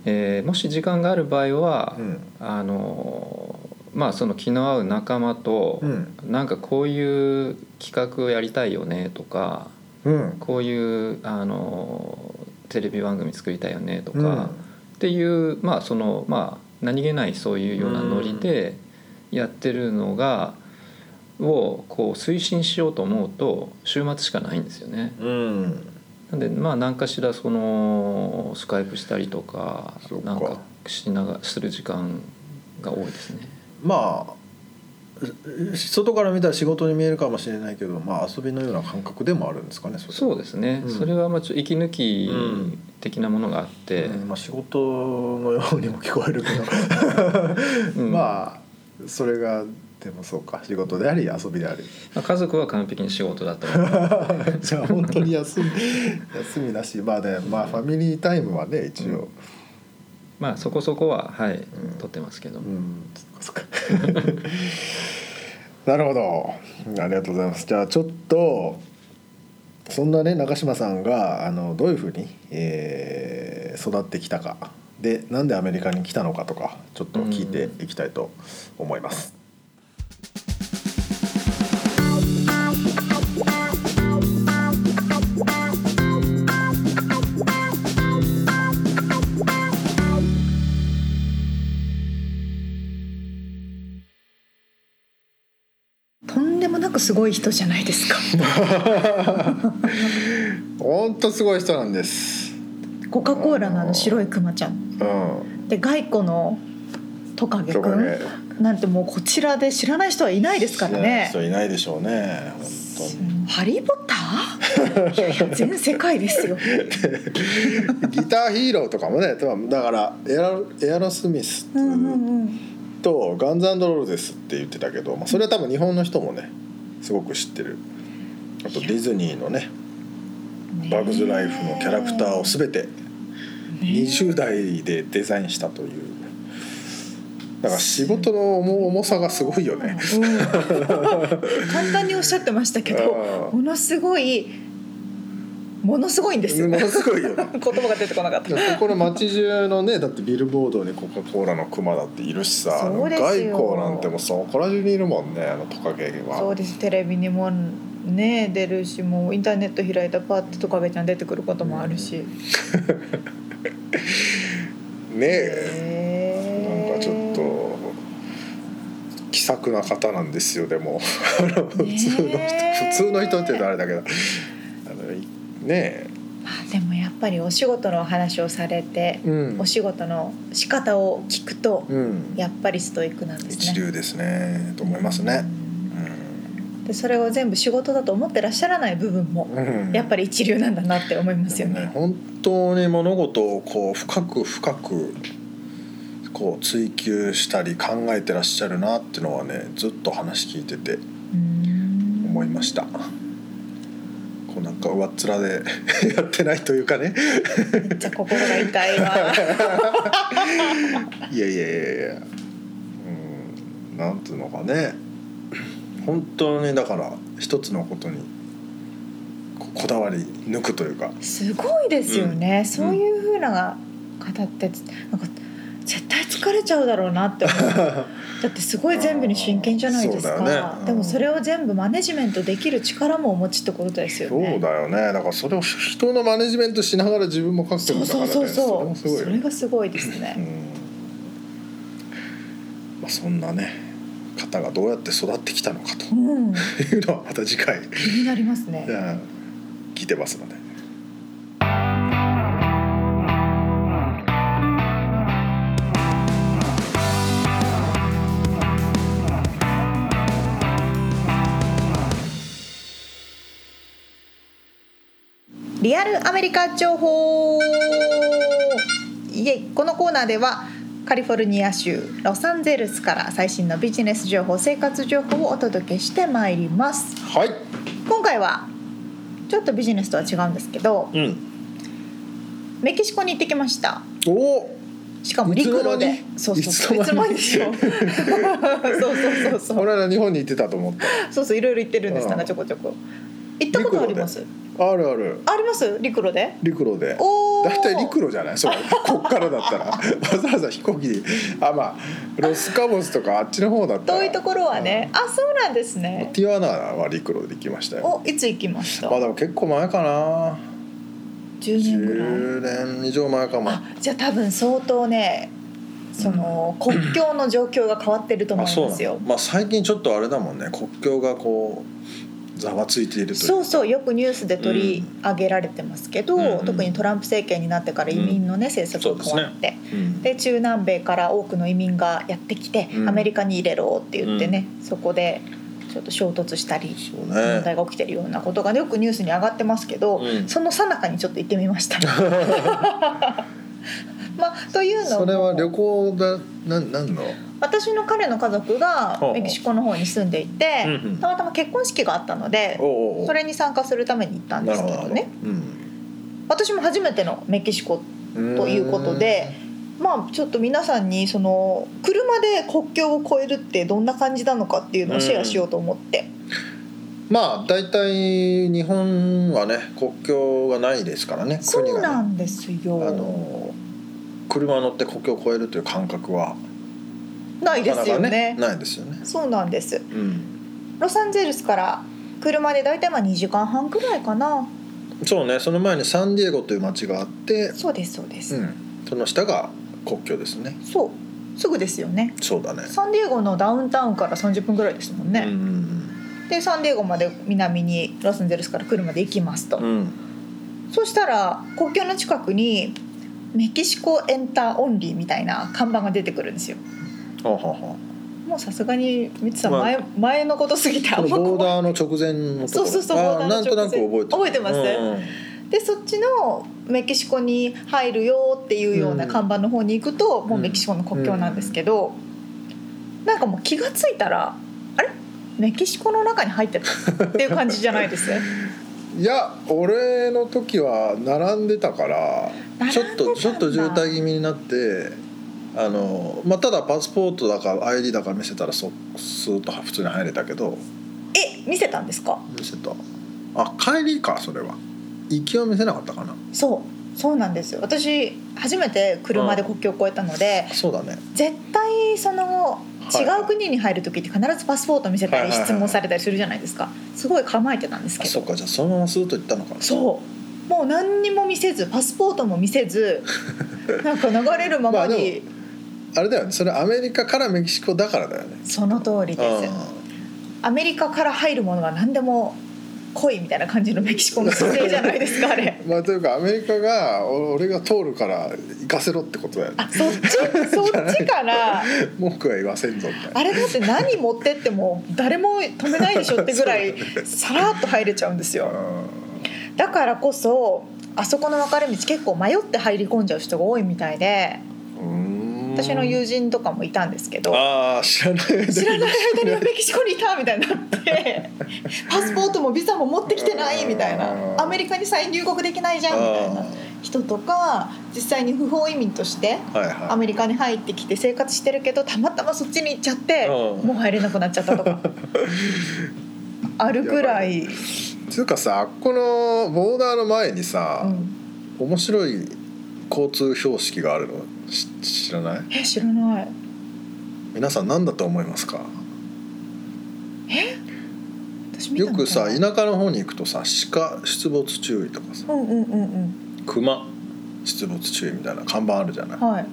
Speaker 3: えーもし時間がある場合は、
Speaker 2: うん
Speaker 3: あのまあその気の合う仲間と、
Speaker 2: うん
Speaker 3: なんかこういう企画をやりたいよねとか
Speaker 2: うん
Speaker 3: こういうあのテレビ番組作りたいよねとか、
Speaker 2: うん
Speaker 3: っていうまあそのまあ何気ないそういうようなノリでやってるのが、をこう推進しようと思うと週末しかないんですよね。
Speaker 2: うん
Speaker 3: なんでまあ何かしらそのスカイプしたりとか
Speaker 2: そうか
Speaker 3: なんかしながする時間が多いですね。
Speaker 2: まあし外から見たら仕事に見えるかもしれないけど、まあ、遊びのような感覚でもあるんですかねそれ
Speaker 3: そううですね、
Speaker 2: うん
Speaker 3: それはまあちょっと息抜き
Speaker 2: うん
Speaker 3: 的なものがあって、
Speaker 2: んまあ、仕事のようにも聞こえるけど、
Speaker 3: う
Speaker 2: [laughs]
Speaker 3: ん
Speaker 2: まあそれがでもそうか仕事であり遊びであり [laughs]
Speaker 3: まあ家族は完璧に仕事だと思う
Speaker 2: じゃあ本当に休み休みなしまあねまあファミリータイムはね一応、
Speaker 3: まあそこそこははい、
Speaker 2: ん
Speaker 3: 撮ってますけど、
Speaker 2: うん、そっかそっか [laughs] なるほどありがとうございますじゃあちょっとそんなね中島さんがあのどういうふうに、えー育ってきたかでなんでアメリカに来たのかとかちょっと聞いていきたいと思います。
Speaker 1: とんでもなくすごい人じゃないですか
Speaker 2: [laughs] ほんとすごい人なんです。
Speaker 1: コカ・コーラのあの白いクマちゃん
Speaker 2: うん、
Speaker 1: でガイコのトカゲく
Speaker 2: とかね
Speaker 1: んなんてもうこちらで知らない人はいないですからね
Speaker 2: 人いないでしょうね。
Speaker 1: 「ハリー・ポッター」 [laughs] いやいや全世界ですよ
Speaker 2: 本当にギターヒーローとかもね、だからエアロエアロスミス
Speaker 1: うんうんうん
Speaker 2: とガンズローゼスって言ってたけど、まあ、それは多分日本の人もねすごく知ってるあとディズニーのね「バグズ・ライフ」のキャラクターを全て20代でデザインしたというだから仕事の重重さがすごいよね
Speaker 1: うん簡単におっしゃってましたけど
Speaker 2: あー
Speaker 1: ものすごいものすごいんですよ
Speaker 2: も
Speaker 1: 言
Speaker 2: のすごいよね [laughs]
Speaker 1: 葉が出てこなかっ
Speaker 2: いやここの街中のねだってビルボードにコカ・コーラのクマだっているしさ
Speaker 1: そうですよ
Speaker 2: 外交なんてもうそこら中にいるもんねあのトカゲ
Speaker 1: た
Speaker 2: は
Speaker 1: そうですテレビにもね出るしもうインターネット開いたらパッてトカゲちゃん出てくることもあるし、
Speaker 2: ねえ
Speaker 1: へ
Speaker 2: なんかちょっ
Speaker 1: え
Speaker 2: と気さくな方なんですよでもあの普通の人
Speaker 1: ねえ
Speaker 2: 普通の人って言うとあれだけどあのいね
Speaker 1: まあでもやっぱりお仕事のお話をされて
Speaker 2: え、、うん
Speaker 1: お仕事の仕方を聞くと、
Speaker 2: うん、
Speaker 1: やっぱりストイックなんですね
Speaker 2: 一流ですねと思いますね、
Speaker 1: でそれを全部仕事だと思ってらっしゃらない部分も
Speaker 2: うん、
Speaker 1: やっぱり一流なんだなって思いますよ
Speaker 2: でもね
Speaker 1: ね。
Speaker 2: 本当に物事をこう深く深くこう追求したり考えてらっしゃるなっていうのはねずっと話聞いてて思いましたこうなんか上っ面で [laughs] やってないというかね
Speaker 1: た。めっちゃ心が痛いわ。
Speaker 2: いやいやいやいやうんなんていうのかね本当にだから一つのことにこうこだわり抜くというか
Speaker 1: すごいですよね。そういう風な方ってなんか絶対疲れちゃうだろうなって思
Speaker 2: [laughs]
Speaker 1: う。だってすごい全部に真剣じゃないです
Speaker 2: あーそうだよ
Speaker 1: か。
Speaker 2: ねうん
Speaker 1: でもそれを全部マネジメントできる力もお持ちってことですよ
Speaker 2: そう
Speaker 1: ね。
Speaker 2: だよねだからそれを人のマネジメントしながら自分も書くんだか
Speaker 1: そ
Speaker 2: ら
Speaker 1: う
Speaker 2: ね
Speaker 1: そうそうそ
Speaker 2: それも
Speaker 1: う。
Speaker 2: す
Speaker 1: そ
Speaker 2: ごいよ
Speaker 1: れ
Speaker 2: ね
Speaker 1: がすごいです
Speaker 2: う
Speaker 1: ね。
Speaker 2: んまあそんなね方がどうやって育ってきたのかと
Speaker 1: うん、
Speaker 2: いうのはまた次回
Speaker 1: 気になりますね。
Speaker 2: うん聞いてますので
Speaker 1: リアルアメリカ情報イエイこのコーナーではカリフォルニア州ロサンゼルスから最新のビジネス情報生活情報をお届けしてまいります
Speaker 2: はい、
Speaker 1: 今回はちょっとビジネスとは違うんですけど
Speaker 2: うん、
Speaker 1: メキシコに行ってきました
Speaker 2: おお
Speaker 1: しかも陸路で
Speaker 2: いつ
Speaker 1: そ
Speaker 2: の
Speaker 1: うそうそうい
Speaker 2: 間にいつ
Speaker 1: つ
Speaker 2: の
Speaker 1: の
Speaker 2: 間
Speaker 1: 間
Speaker 2: に
Speaker 1: にでしょ
Speaker 2: [laughs]
Speaker 1: そうそうそうそう
Speaker 2: 俺ら日本に行ってたと思っ
Speaker 1: そうそういろいろ行ってるんで
Speaker 2: う
Speaker 1: す
Speaker 2: ん
Speaker 1: なんかちょこちょこ行ったことあります
Speaker 2: たあるある
Speaker 1: あります陸路で
Speaker 2: 陸路で
Speaker 1: おお
Speaker 2: 大体陸路じゃないそれこっから
Speaker 1: [laughs]
Speaker 2: だったらわざわざ飛行機であまあロスカボスとかあっちの方だったら
Speaker 1: 遠いところはね、あそうなんですね
Speaker 2: ティワナは陸路で行きましたよ
Speaker 1: おいつ行きました
Speaker 2: まあでも結構前かな
Speaker 1: 10年ぐらい
Speaker 2: 10年以上前かも
Speaker 1: あじゃあ多分相当ねその国境の状況が変わってると思いますよ
Speaker 2: まあ最近ちょっとあれだもんね国境がこうざわついているという
Speaker 1: そうそうよくニュースで取り上げられてますけど、
Speaker 2: うん
Speaker 1: 特にトランプ政権になってから移民のね、政策が変わって、
Speaker 2: うん
Speaker 1: で中南米から多くの移民がやってきて、
Speaker 2: うん
Speaker 1: アメリカに入れろって言ってね、そこでちょっと衝突したり
Speaker 2: そう
Speaker 1: 問題
Speaker 2: ね
Speaker 1: が起きてるようなことがねよくニュースに上がってますけど、
Speaker 2: うん
Speaker 1: その最中にちょっと行ってみま
Speaker 2: [laughs]
Speaker 1: した。まあ、というの
Speaker 2: それは旅
Speaker 1: も
Speaker 2: 行だなんなんの
Speaker 1: 私の彼の家族が
Speaker 2: ほう
Speaker 1: メキシコの方に住んでいて
Speaker 2: うんうん
Speaker 1: たまたま結婚式があったので
Speaker 2: おうおうおう
Speaker 1: それに参加するために行ったん
Speaker 2: な
Speaker 1: で
Speaker 2: る
Speaker 1: す
Speaker 2: ほ
Speaker 1: け
Speaker 2: ど
Speaker 1: ど
Speaker 2: なるほど
Speaker 1: ね私も初めてのメキシコ
Speaker 2: うん
Speaker 1: ということでまあちょっと皆さんにその車で国境を越えるってどんな感じなのかっていうのをシェアしようと思って
Speaker 2: まあ大体日本はね国境がないですからね
Speaker 1: そ
Speaker 2: 国
Speaker 1: う
Speaker 2: がね
Speaker 1: なんですよ
Speaker 2: あの車乗って国境を越えるという感覚は
Speaker 1: ないで
Speaker 2: な
Speaker 1: す
Speaker 2: か
Speaker 1: よ
Speaker 2: なか
Speaker 1: ね
Speaker 2: ないですよね。
Speaker 1: そうなんです
Speaker 2: うん、
Speaker 1: ロサンゼルスから車で大体まあ2時間半くらいかな
Speaker 2: そうねその前にサンディエゴという町があって、
Speaker 1: そうですそうです、
Speaker 2: うん、その下が国境ですね。
Speaker 1: そうすぐですよね
Speaker 2: そうだね。
Speaker 1: サンディエゴのダウンタウンから30分ぐらいですもん
Speaker 2: う
Speaker 1: ね、
Speaker 2: ん
Speaker 1: でサンディエゴまで南にロサンゼルスから車で行きますと、
Speaker 2: うんうん、
Speaker 1: そしたら国境の近くにメキシコエンターオンリーみたいな看板が出てくるんですよ
Speaker 2: ははは
Speaker 1: もうさすがにみつさん
Speaker 2: まあ
Speaker 1: 前,、前のことすぎてあ
Speaker 2: こ
Speaker 1: ん
Speaker 2: の
Speaker 1: ま
Speaker 2: ボー
Speaker 1: 怖い
Speaker 2: ダーの直前のところ
Speaker 1: そうそうそう
Speaker 2: あ
Speaker 1: ボ
Speaker 2: ー
Speaker 1: ー
Speaker 2: な
Speaker 1: ダ
Speaker 2: ん
Speaker 1: ーの直前
Speaker 2: となく覚えて
Speaker 1: 覚えてます
Speaker 2: う
Speaker 1: でそっちのメキシコに入るよっていうような看板の方に行くと、もうメキシコの国境なんですけど、なんかもう気がついたらあれメキシコの中に入ってたっていう感じじゃないですね
Speaker 2: んいや俺の時は並んでたから [laughs] ちょっとちょっと渋
Speaker 1: [laughs]
Speaker 2: 滞気味になってあの、まあ、ただパスポートだか ID だか見せたらそスーッと普通に入れたけど
Speaker 1: え見せたんですか
Speaker 2: 見せたあ帰りかそれは勢いを見せなかったかな
Speaker 1: そうそうなんですよ私初めて車で国境を越えたので、
Speaker 2: そうだね
Speaker 1: 絶対その
Speaker 2: い
Speaker 1: 違う国に入る時って必ずパスポート見せた
Speaker 2: はい
Speaker 1: り
Speaker 2: はいはい
Speaker 1: 質問されたりするじゃないですかすごい構えてたんです
Speaker 2: あ
Speaker 1: け
Speaker 2: そっ
Speaker 1: ど
Speaker 2: かじゃあそのままスーッといったのかな
Speaker 1: そうもう何にも見せずパスポートも見せ
Speaker 2: [laughs]
Speaker 1: ずなんか流れるまま
Speaker 2: まあ
Speaker 1: に
Speaker 2: であれだよねそれアメリカからメキシコだからだよね
Speaker 1: その通りですアメリカから入るものが何でも濃いみたいな感じのメキシコの姿勢じゃないですかあ
Speaker 2: [laughs]
Speaker 1: れ
Speaker 2: まあというかアメリカがお俺が通るから行かせろってことだよね
Speaker 1: あそっちそっちから
Speaker 2: 文句は言わせんぞみたいな
Speaker 1: あれだって何持ってっても誰も止めないでしょってぐらいさらっと入れちゃうんですよだからこそあそこの分かれ道結構迷って入り込んじゃう人が多いみたいで
Speaker 2: うん
Speaker 1: 私の友人とかもいたんですけど
Speaker 2: ああ知らない
Speaker 1: 知らない間にメキシコにいたみたいにな [laughs] ってパスポートもビザも持ってきてないみたいなアメリカに再入国できないじゃんみたいな
Speaker 2: [laughs] あ
Speaker 1: 人とか実際に不法移民として
Speaker 2: ーはいはい
Speaker 1: アメリカに入ってきて生活してるけどたまたまそっちに行っちゃって
Speaker 2: うん
Speaker 1: もう入れなくなっちゃったと [laughs] かあるくらい、
Speaker 2: つうかさあっこのボーダーの前にさ、
Speaker 1: うん、
Speaker 2: 面白い交通標識があるのし知らない
Speaker 1: え知らない
Speaker 2: 皆さん何だと思いますか
Speaker 1: 私見たの
Speaker 2: よ
Speaker 1: かな
Speaker 2: くさ田舎の方に行くとさ鹿出没注意とかさ
Speaker 1: うんうんうん
Speaker 2: 熊出没注意みたいな看板あるじゃない
Speaker 1: うんはい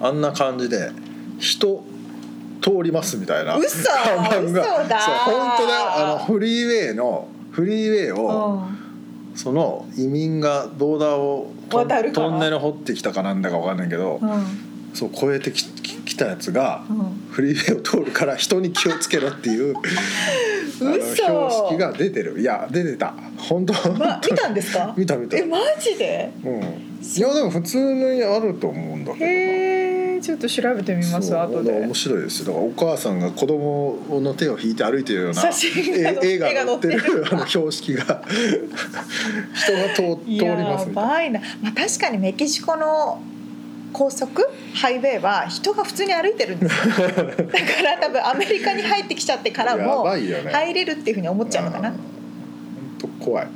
Speaker 2: あんな感じで人通りますみたいな
Speaker 1: 嘘
Speaker 2: 看板
Speaker 1: 嘘だ
Speaker 2: そう本当だよあのフリーウェイのフリーウェイを
Speaker 1: うん
Speaker 2: その移民がボーダーをトン
Speaker 1: 渡るから
Speaker 2: トンネル掘ってきたかなんだかわかんないけど、
Speaker 1: うん
Speaker 2: そう越えてきききたやつが
Speaker 1: うん
Speaker 2: フリーウェイを通るから人に気をつけろって
Speaker 1: [laughs]
Speaker 2: いうあの標識が出てるいや出てた本当、
Speaker 1: ま、見たんですか
Speaker 2: [laughs] 見た見た
Speaker 1: えマジで
Speaker 2: うん、いやでも普通にあると思うんだけどな
Speaker 1: へえちょっと調べてみます
Speaker 2: そう
Speaker 1: 後
Speaker 2: あの
Speaker 1: で
Speaker 2: 面白いですよだからお母さんが子供の手を引いて歩いてるような
Speaker 1: 写真が載っ
Speaker 2: え
Speaker 1: て
Speaker 2: 映画が載ってる
Speaker 1: 映画載って
Speaker 2: あの標識が [laughs] 人が通通ります
Speaker 1: や
Speaker 2: みたいな
Speaker 1: ばいな、まあ、確かにメキシコの高速ハイウェイは人が普通に歩いてるんです
Speaker 2: [laughs]
Speaker 1: よだから多分アメリカに入ってきちゃってから
Speaker 2: や
Speaker 1: も
Speaker 2: ばいよね
Speaker 1: 入れるっていうふうに思っちゃうのか
Speaker 2: う
Speaker 1: なん
Speaker 2: ほんと怖い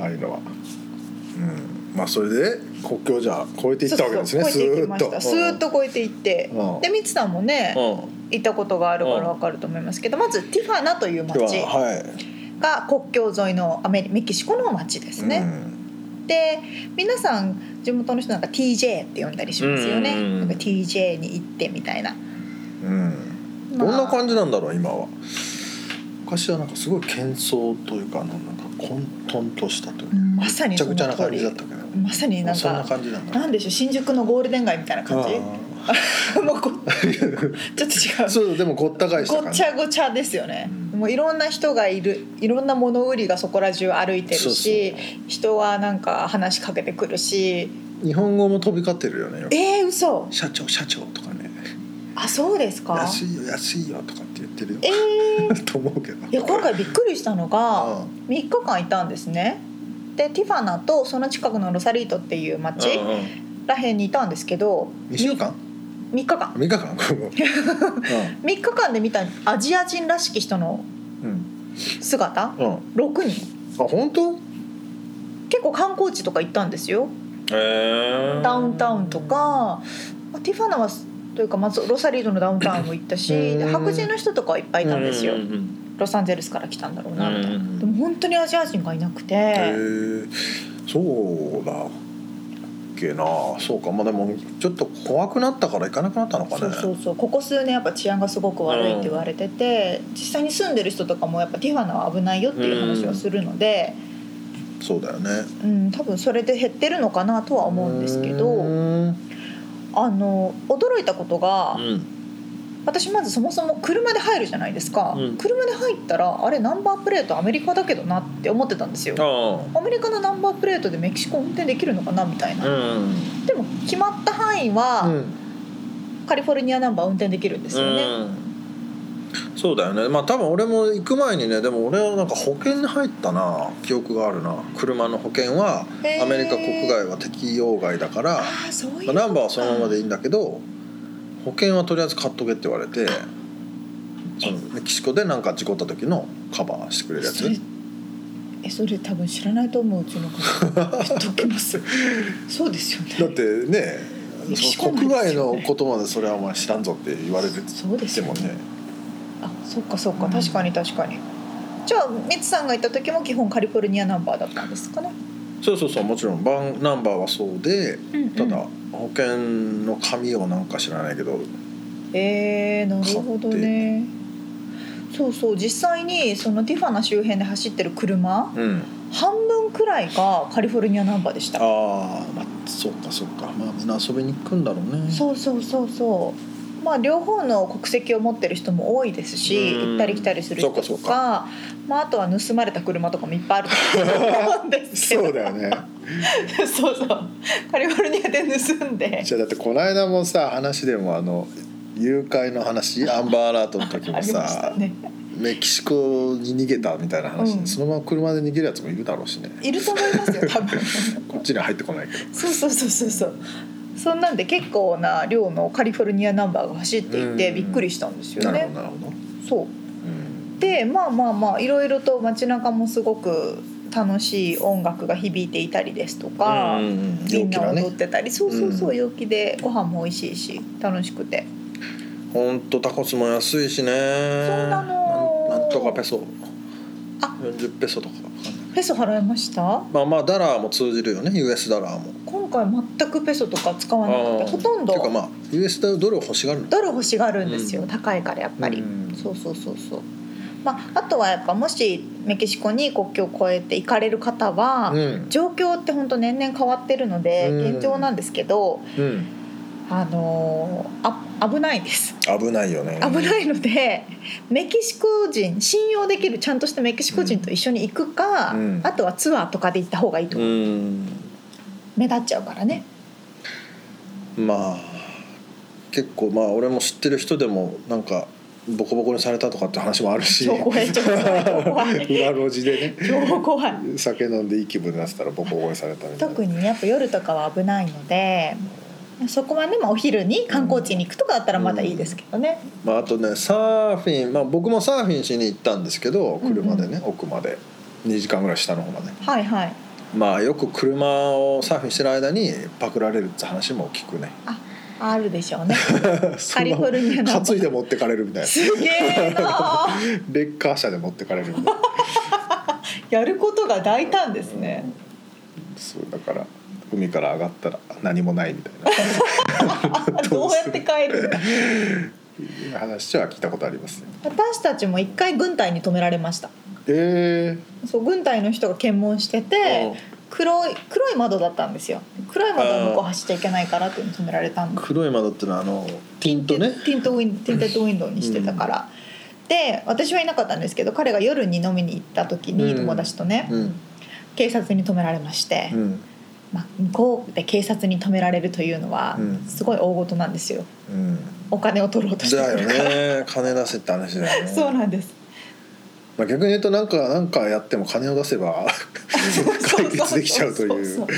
Speaker 2: ああいうのはうんまあそれで国境をじゃあ越えていったわけですね
Speaker 1: そうそう越えていき
Speaker 2: スーッ
Speaker 1: まし
Speaker 2: と
Speaker 1: たスーッと越えていって
Speaker 2: うん
Speaker 1: でミツさんもね
Speaker 2: うん
Speaker 1: 行ったことがあるから分かると思いますけどまずティファナという
Speaker 2: では
Speaker 1: 町
Speaker 2: はい
Speaker 1: が国境沿いのアメリメキシコの町ですね、で皆さん地元の人なんか TJ って呼んだりしますよね、
Speaker 3: うんうんうん
Speaker 1: なんか TJ に行ってみたいな、
Speaker 2: うん、うんどんな感じなんだろう今は昔はなんかすごい喧騒というかあのなんか混沌としたというか
Speaker 1: まさに
Speaker 2: めちゃ
Speaker 1: そ
Speaker 2: く
Speaker 1: の
Speaker 2: ちゃな
Speaker 1: 通
Speaker 2: 感じ
Speaker 1: り
Speaker 2: だったけど
Speaker 1: まさになん
Speaker 2: そんな
Speaker 1: か
Speaker 2: 感じなんだ
Speaker 1: なんでしょう新宿のゴールデン街みたいな感
Speaker 2: あ
Speaker 1: じ [laughs] もう
Speaker 2: [laughs]
Speaker 1: こちょっ
Speaker 2: あ
Speaker 1: と違う
Speaker 2: そうでもごった返した
Speaker 1: ご
Speaker 2: 感じ
Speaker 1: ちゃごちゃですよね、
Speaker 2: うん
Speaker 1: もういろんな人がいるいろんな物売りがそこら中歩いてる
Speaker 2: そうそう
Speaker 1: し人はなんか話しかけてくるし
Speaker 2: 日本語も飛び交ってるよねよく
Speaker 1: えー、嘘
Speaker 2: 社長社長とかね
Speaker 1: あそうですか
Speaker 2: 安いよ安いよとかって言ってるよ
Speaker 1: えー、
Speaker 2: [laughs] と思うけど
Speaker 1: いや今回びっくりしたのが、
Speaker 2: うん
Speaker 1: 3日間いたんですねでティファナとその近くのロサリートっていう町
Speaker 2: うんうん
Speaker 1: らへんにいたんですけど
Speaker 2: 二週間
Speaker 1: 3日間
Speaker 2: 三日間こ
Speaker 1: [laughs]
Speaker 2: れも
Speaker 1: 3日間で見たアジア人らしき人の
Speaker 2: うん
Speaker 1: 姿
Speaker 2: うんうん
Speaker 1: 6人
Speaker 2: あ本当
Speaker 1: 結構観光地とか行ったんですよ
Speaker 2: え
Speaker 1: ダウンタウンとか、まあ、ティファナはというかまずロサリードのダウンタウンも行ったし
Speaker 2: うん
Speaker 1: で白人の人とかはいっぱいいたんですよ
Speaker 3: うんうんうん
Speaker 1: ロサンゼルスから来たんだろうなみたいな
Speaker 3: うん
Speaker 1: でも本当にアジア人がいなく
Speaker 2: へ
Speaker 1: て
Speaker 2: えそうだっけなそうかまあでもちょっと怖くなったから行かなくなったのかね
Speaker 1: そうそうそうここ数年やっぱ治安がすごく悪いって言われてて実際に住んでる人とかもやっぱティファナは危ないよっていう話はするので
Speaker 2: そうだよね
Speaker 1: うん多分それで減ってるのかなとは思うんですけ
Speaker 2: う
Speaker 1: ど
Speaker 2: ーん
Speaker 1: あの驚いたことが
Speaker 3: うん
Speaker 1: 私まずそもそも車で入るじゃないですか、
Speaker 3: うん
Speaker 1: 車で入ったらあれナンバープレートアメリカだけどなって思ってたんですよ
Speaker 3: あ
Speaker 1: アメリカのナンバープレートでメキシコ運転できるのかなみたい
Speaker 3: あ
Speaker 1: な、
Speaker 3: うん
Speaker 1: でも決まった範囲は、
Speaker 2: うん
Speaker 1: カリフォルニアナンバー運転できるんですよね、
Speaker 2: うん、そうだよねまあ多分俺も行く前にねでも俺はなんか保険に入ったな記憶があるな車の保険は
Speaker 1: へー
Speaker 2: アメリカ国外は適用外だから
Speaker 1: ああそういうこと
Speaker 2: ナンバーはそのままでいいんだけど保険はとりあえず買っとけって言われてそのメキシコでなんか事故った時のカバーしてくれるや
Speaker 1: そ
Speaker 2: つ
Speaker 1: れえそれ多分知らないと思ううちの
Speaker 2: [laughs]
Speaker 1: 方言っときますそうですよね
Speaker 2: だってね
Speaker 1: 知らない
Speaker 2: 国外の言葉でそれはお前知らんぞって言われる
Speaker 1: そうです
Speaker 2: で
Speaker 1: よ
Speaker 2: もね
Speaker 1: あそっかそっか確かに確かにじゃあミツさんが行った時も基本カリフォルニアナンバーだったんですかね
Speaker 2: そうそうそうもちろんバンナンバーはそうで
Speaker 1: うんうん
Speaker 2: ただ保険の紙をなんか知らないけど
Speaker 1: えー、なるほどねそうそう実際にそのティファナ周辺で走ってる車
Speaker 2: うん
Speaker 1: 半分くらいがカリフォルニアナンバーでした
Speaker 2: ああまあそうかそうかまあみんな遊びに行くんだろうね
Speaker 1: そうそうそうそうまあ両方の国籍を持ってる人も多いですし
Speaker 2: うん
Speaker 1: 行ったり来たりする人とか
Speaker 2: そうかそう
Speaker 1: まあ、あとは盗まれた車とかもいっぱいあると思うんですけど
Speaker 2: そうだよね
Speaker 1: そうそうカリフォルニアで盗んで
Speaker 2: じゃあだってこの間もさ話でもあの誘拐の [laughs] 話アンバーアラートの時
Speaker 1: あ
Speaker 2: も
Speaker 1: りまし
Speaker 2: さ
Speaker 1: た、ね
Speaker 2: メキシコに逃げたみたいな話、
Speaker 1: うん
Speaker 2: そのまま車で逃げるやつもいるだろうしね
Speaker 1: いると思いますよ多分
Speaker 2: こっちには入ってこないけど
Speaker 1: そうそうそうそうそうそんなんで結構な量のカリフォルニアナンバーが走っていて
Speaker 2: うん
Speaker 1: びっくりしたんですよ
Speaker 2: なるほ
Speaker 1: ね
Speaker 2: どなるほど、
Speaker 1: そう
Speaker 2: うん、
Speaker 1: でまあまあまあいろいろと街中もすごく楽しい音楽が響いていたりですとか、
Speaker 2: うんうんうん
Speaker 1: みんな
Speaker 2: 陽気なね
Speaker 1: 踊ってたり、そうそうそうう陽気でご飯も美味しいし楽しくて
Speaker 2: ほんとタコスも安いし
Speaker 1: そ
Speaker 2: ね
Speaker 1: うなの
Speaker 2: なんなんとかペソ
Speaker 1: あ
Speaker 2: 40ペソとか
Speaker 1: ペソ払いました
Speaker 2: まあまあダラーも通じるよね US ダラーも
Speaker 1: 今回全くペソとか使わな
Speaker 2: あ
Speaker 1: く
Speaker 2: ー
Speaker 1: てほとん
Speaker 2: ていうか
Speaker 1: ど
Speaker 2: まあ US ダラードルを欲しがるの
Speaker 1: ドル欲しがるんですよ、
Speaker 2: うん
Speaker 1: 高いからやっぱり、
Speaker 2: うん
Speaker 1: そうそうそうそうまあ、あとはやっぱもしメキシコに国境を越えて行かれる方は、
Speaker 2: うん
Speaker 1: 状況って本当年々変わってるので、
Speaker 2: うん
Speaker 1: 現状なんですけど、
Speaker 2: うん
Speaker 1: あのーあ危ないです
Speaker 2: 危ないよね
Speaker 1: 危ないのでメキシコ人信用できるちゃんとしたメキシコ人と一緒に行くか、
Speaker 2: うん
Speaker 1: あとはツアーとかで行った方がいいと
Speaker 2: う
Speaker 1: 思う、
Speaker 2: ん
Speaker 1: 目立っちゃうからね
Speaker 2: まあ結構まあ俺も知ってる人でもなんかボコボコにされたとかって話もあるし
Speaker 1: 超怖い超怖 [laughs] い超怖い
Speaker 2: 裏路地でね
Speaker 1: 超怖い
Speaker 2: 酒飲んでいい気分になってたらボコボコにされたみたいな
Speaker 1: 特にやっぱ夜とかは危ないのでそこはね、まあ、お昼に観光地に行くとかだったらまだいいですけどね、
Speaker 2: まあ、あとねサーフィン、まあ、僕もサーフィンしに行ったんですけど車でね、奥まで2時間ぐらい下の方まで
Speaker 1: はいはい
Speaker 2: まあよく車をサーフィンしてる間にパクられるって話も聞くね
Speaker 1: あるでし [laughs] ょうね
Speaker 2: そ
Speaker 1: [laughs] カ
Speaker 2: の
Speaker 1: リフォルニアの
Speaker 2: 担いで持ってかれるみたいな
Speaker 1: すげえなあ
Speaker 2: レッカー車で持ってかれるみたいな
Speaker 1: やることが大胆ですね、
Speaker 2: そうだから海から上がったら何もないみたいな
Speaker 1: あどうやって帰るんだ
Speaker 2: 話は聞いたことありますね。
Speaker 1: 私たちも一回軍隊に止められました
Speaker 2: え
Speaker 1: そう軍隊の人が検問してて黒い黒い窓だったんですよ黒い窓は向こう走っちゃいけないからっていうのに止められたんで
Speaker 2: 黒い窓ってのはあのティントね。
Speaker 1: ティントウィンティンテッドウィンドウにしてたから、で私はいなかったんですけど彼が夜に飲みに行った時に
Speaker 2: うん
Speaker 1: 友達とね、
Speaker 2: うん
Speaker 1: 警察に止められまして、
Speaker 2: うん
Speaker 1: まあ、向こうで警察に止められるというのは
Speaker 2: うん
Speaker 1: すごい大事なんですよ
Speaker 2: うん。
Speaker 1: お金を取ろうとして
Speaker 2: だ
Speaker 1: く
Speaker 2: よ
Speaker 1: るから、
Speaker 2: ね金出せって話だよ
Speaker 1: [laughs]
Speaker 2: ね。
Speaker 1: そうなんです
Speaker 2: まあ逆に言うとなんかなんかやっても金を出せ
Speaker 1: [laughs]
Speaker 2: ば解決できちゃうとい
Speaker 1: そうそ。そう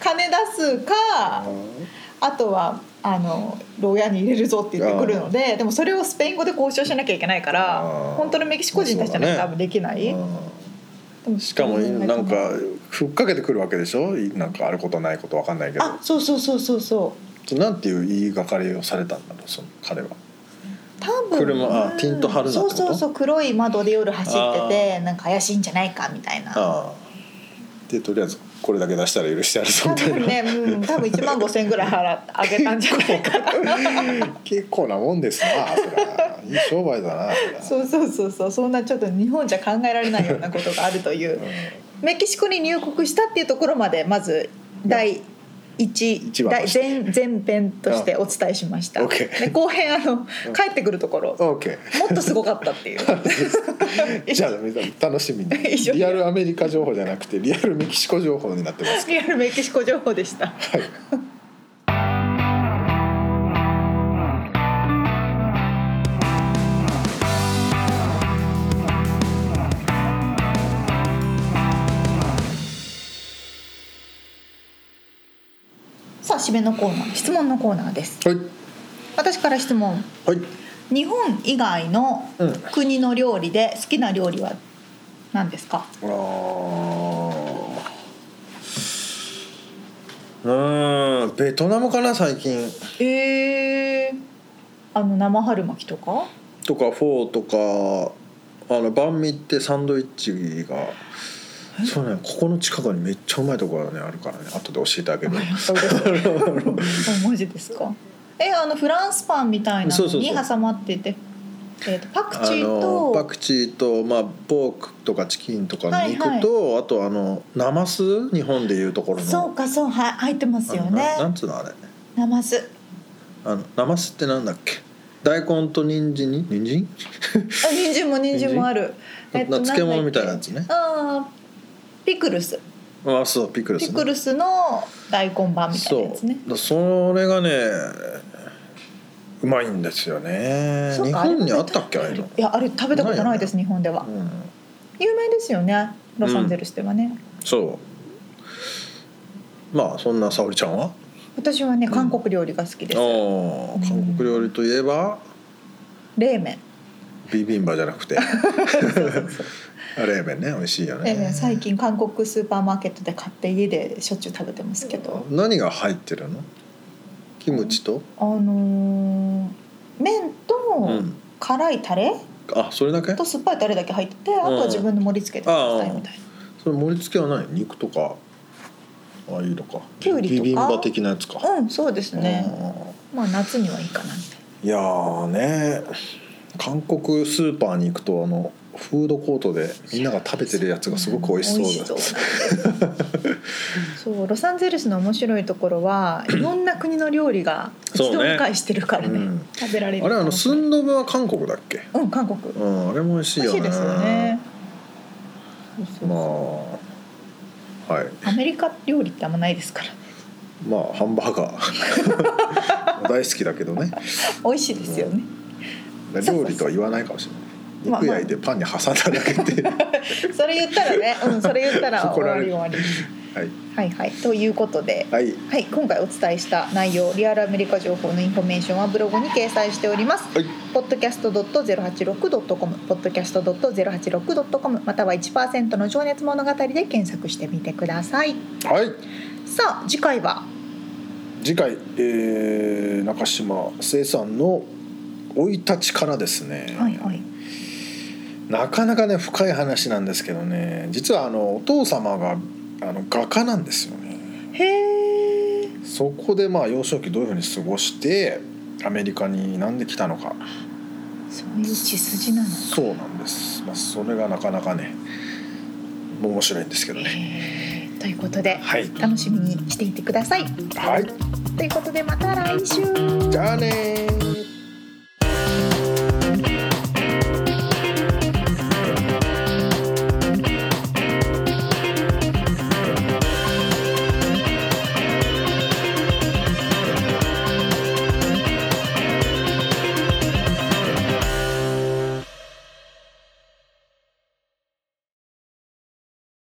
Speaker 1: 金出すかあとはあの牢屋に入れるぞって言ってくるのででもそれをスペイン語で交渉しなきゃいけないから
Speaker 2: あー
Speaker 1: 本当のメキシコ人たちじゃないと多分できない、でも
Speaker 2: しかもなん
Speaker 1: で
Speaker 2: かふっかけてくるわけでしょ。なんかあることないことわかんないけ
Speaker 1: あ
Speaker 2: ど。
Speaker 1: そうそうそうそうそ
Speaker 2: なんていう言いがかりをされたんだろうその彼は。
Speaker 1: う多分
Speaker 2: 車あティント貼るなって
Speaker 1: そ
Speaker 2: こ
Speaker 1: う
Speaker 2: と
Speaker 1: そうそう黒い窓で夜走っててなんか怪しいんじゃないかみたいな
Speaker 2: ああ。でとりあえずこれだけ出したら許してやるぞ
Speaker 1: 多
Speaker 2: みたいな
Speaker 1: 分。ね、うん、多分1万5千ぐらい払ってあげたんじゃないかな
Speaker 2: [laughs] 結構なもんですなそりゃいい商売だなそりゃ
Speaker 1: そうそうそうそうそんなちょっと日本じゃ考えられないようなことがあるというメキシコに入国したっていうところまでまず第一
Speaker 2: 一
Speaker 1: 第
Speaker 2: 番
Speaker 1: 前前編としてお伝えしました。
Speaker 2: オッケー
Speaker 1: で後編あの帰ってくるところも
Speaker 2: オーケ
Speaker 1: っとすごかったっていう。
Speaker 2: ーじゃあ皆さん楽
Speaker 1: [laughs]
Speaker 2: しみに
Speaker 1: 以上
Speaker 2: リアルアメリカ情報じゃなくてリアルメキシコ情報になってます
Speaker 1: リアルメキシコ情報でした。さあ締めのコーナー質問のコーナーです
Speaker 2: はい
Speaker 1: 私から質問
Speaker 2: はい
Speaker 1: 日本以外の
Speaker 2: うん
Speaker 1: 国の料理で好きな料理はなんですか
Speaker 2: あーうーんベトナムかな最近
Speaker 1: ええあの生春巻きとか
Speaker 2: とかフォーとかあの晩味ってサンドイッチがそうねここの近くにめっちゃうまいとこがねあるからね後で教えてあ
Speaker 1: [laughs]
Speaker 2: げる
Speaker 1: わかりました嬉しいあマジですかえあのフランスパンみたいな
Speaker 2: そ
Speaker 1: の
Speaker 2: うそう
Speaker 1: に
Speaker 2: そう
Speaker 1: 挟まっててえーとパクチー
Speaker 2: あの
Speaker 1: と
Speaker 2: パクチーと、まあ、ポークとかチキンとかの肉と、あとあのナマス日本でいうところの
Speaker 1: そうかそうはい入ってますよね
Speaker 2: あのななんつうのあれ
Speaker 1: ナマス
Speaker 2: あのナマスってなんだっけ大根と人参に人参
Speaker 1: あ人参も人参もある
Speaker 2: な
Speaker 1: と
Speaker 2: 漬物みたい
Speaker 1: な
Speaker 2: な
Speaker 1: んだ
Speaker 2: や
Speaker 1: っ
Speaker 2: つね
Speaker 1: けあーピクルス
Speaker 2: あそうピクルス、ね、
Speaker 1: ピクルスの大根版みたいなやつね
Speaker 2: そうだそれがねうまいんですよね
Speaker 1: そう
Speaker 2: 日
Speaker 1: か
Speaker 2: 本に
Speaker 1: れ
Speaker 2: あったっけああいうの
Speaker 1: いやあれ食べたことないです日本では
Speaker 2: うん
Speaker 1: 有名ですよねロサンゼルスではね
Speaker 2: そうまあそんな沙織ちゃんは
Speaker 1: 私はね韓国料理が好きで
Speaker 2: あ
Speaker 1: す
Speaker 2: あ韓国料理といえば
Speaker 1: 冷麺
Speaker 2: ビビンバじゃなくて [laughs] 冷麺ね美味しいよ
Speaker 1: 冷麺
Speaker 2: ね
Speaker 1: 最近韓国スーパーマーケットで買って家でしょっちゅう食べてますけど
Speaker 2: 何が入ってるのキムチと
Speaker 1: あのー麺
Speaker 2: う
Speaker 1: と
Speaker 2: ん
Speaker 1: 辛いタレ
Speaker 2: あそれだけ
Speaker 1: と酸っぱいタレだけ入っててあとは自分で盛り付けてくださいみたいな
Speaker 2: それ盛り付けはない肉とかあいいのか
Speaker 1: きゅうりとか
Speaker 2: ビビンバ的なやつか
Speaker 1: うんそうですねまあ夏にはいいかなみたい
Speaker 2: いやーね韓国スーパーに行くとあのフードコートでみんなが食べてるやつがすごく美味しそう
Speaker 1: な
Speaker 2: だ
Speaker 1: 美味しそうなんですよそうロサンゼルスの面白いところ
Speaker 2: [clears throat]
Speaker 1: はいろんな国の料理が一
Speaker 2: そう
Speaker 1: 度
Speaker 2: ね
Speaker 1: 理解してるからね
Speaker 2: うん
Speaker 1: 食べられる
Speaker 2: あれあのス
Speaker 1: う
Speaker 2: ンドブは韓国だっけ
Speaker 1: ん韓国
Speaker 2: うんあれも美味しい
Speaker 1: 美味し
Speaker 2: よね
Speaker 1: いですよねそうそうそう
Speaker 2: まあはい
Speaker 1: アメリカ料理ってあんまないですからね
Speaker 2: まあハンバーガー [laughs] 大好きだけどね
Speaker 1: 美味しいですよね
Speaker 2: 料理とは言わないかもしれない
Speaker 1: まあ
Speaker 2: 肉焼いてパンに挟んだだけ
Speaker 1: [laughs]
Speaker 2: で
Speaker 1: それ言ったらねうんそれ言ったら
Speaker 2: 怒
Speaker 1: 終
Speaker 2: ら
Speaker 1: わ
Speaker 2: れ
Speaker 1: り終
Speaker 2: る
Speaker 1: わり
Speaker 2: はい
Speaker 1: はいはいということで
Speaker 2: はい
Speaker 1: はい、今回お伝えした内容リアルアメリカ情報のインフォメーションはブログに掲載しております、
Speaker 2: はい
Speaker 1: podcast.086.com podcast.086.com または1%の情熱物語で検索してみてください
Speaker 2: はい
Speaker 1: さあ次回は
Speaker 2: 次回、えー中島生さんの生い立ちからですね、
Speaker 1: はいはい
Speaker 2: なかなかね深い話なんですけどね実はあのお父様があの画家なんですよね
Speaker 1: へえ
Speaker 2: そこでまあ幼少期どういうふうに過ごしてアメリカになんで来たのか
Speaker 1: そういう血筋なの
Speaker 2: そうなんです、まあ、それがなかなかね面白いんですけどね
Speaker 1: へーということで
Speaker 2: はい
Speaker 1: 楽しみにしていてください
Speaker 2: はい
Speaker 1: ということでまた来週
Speaker 2: じゃあねー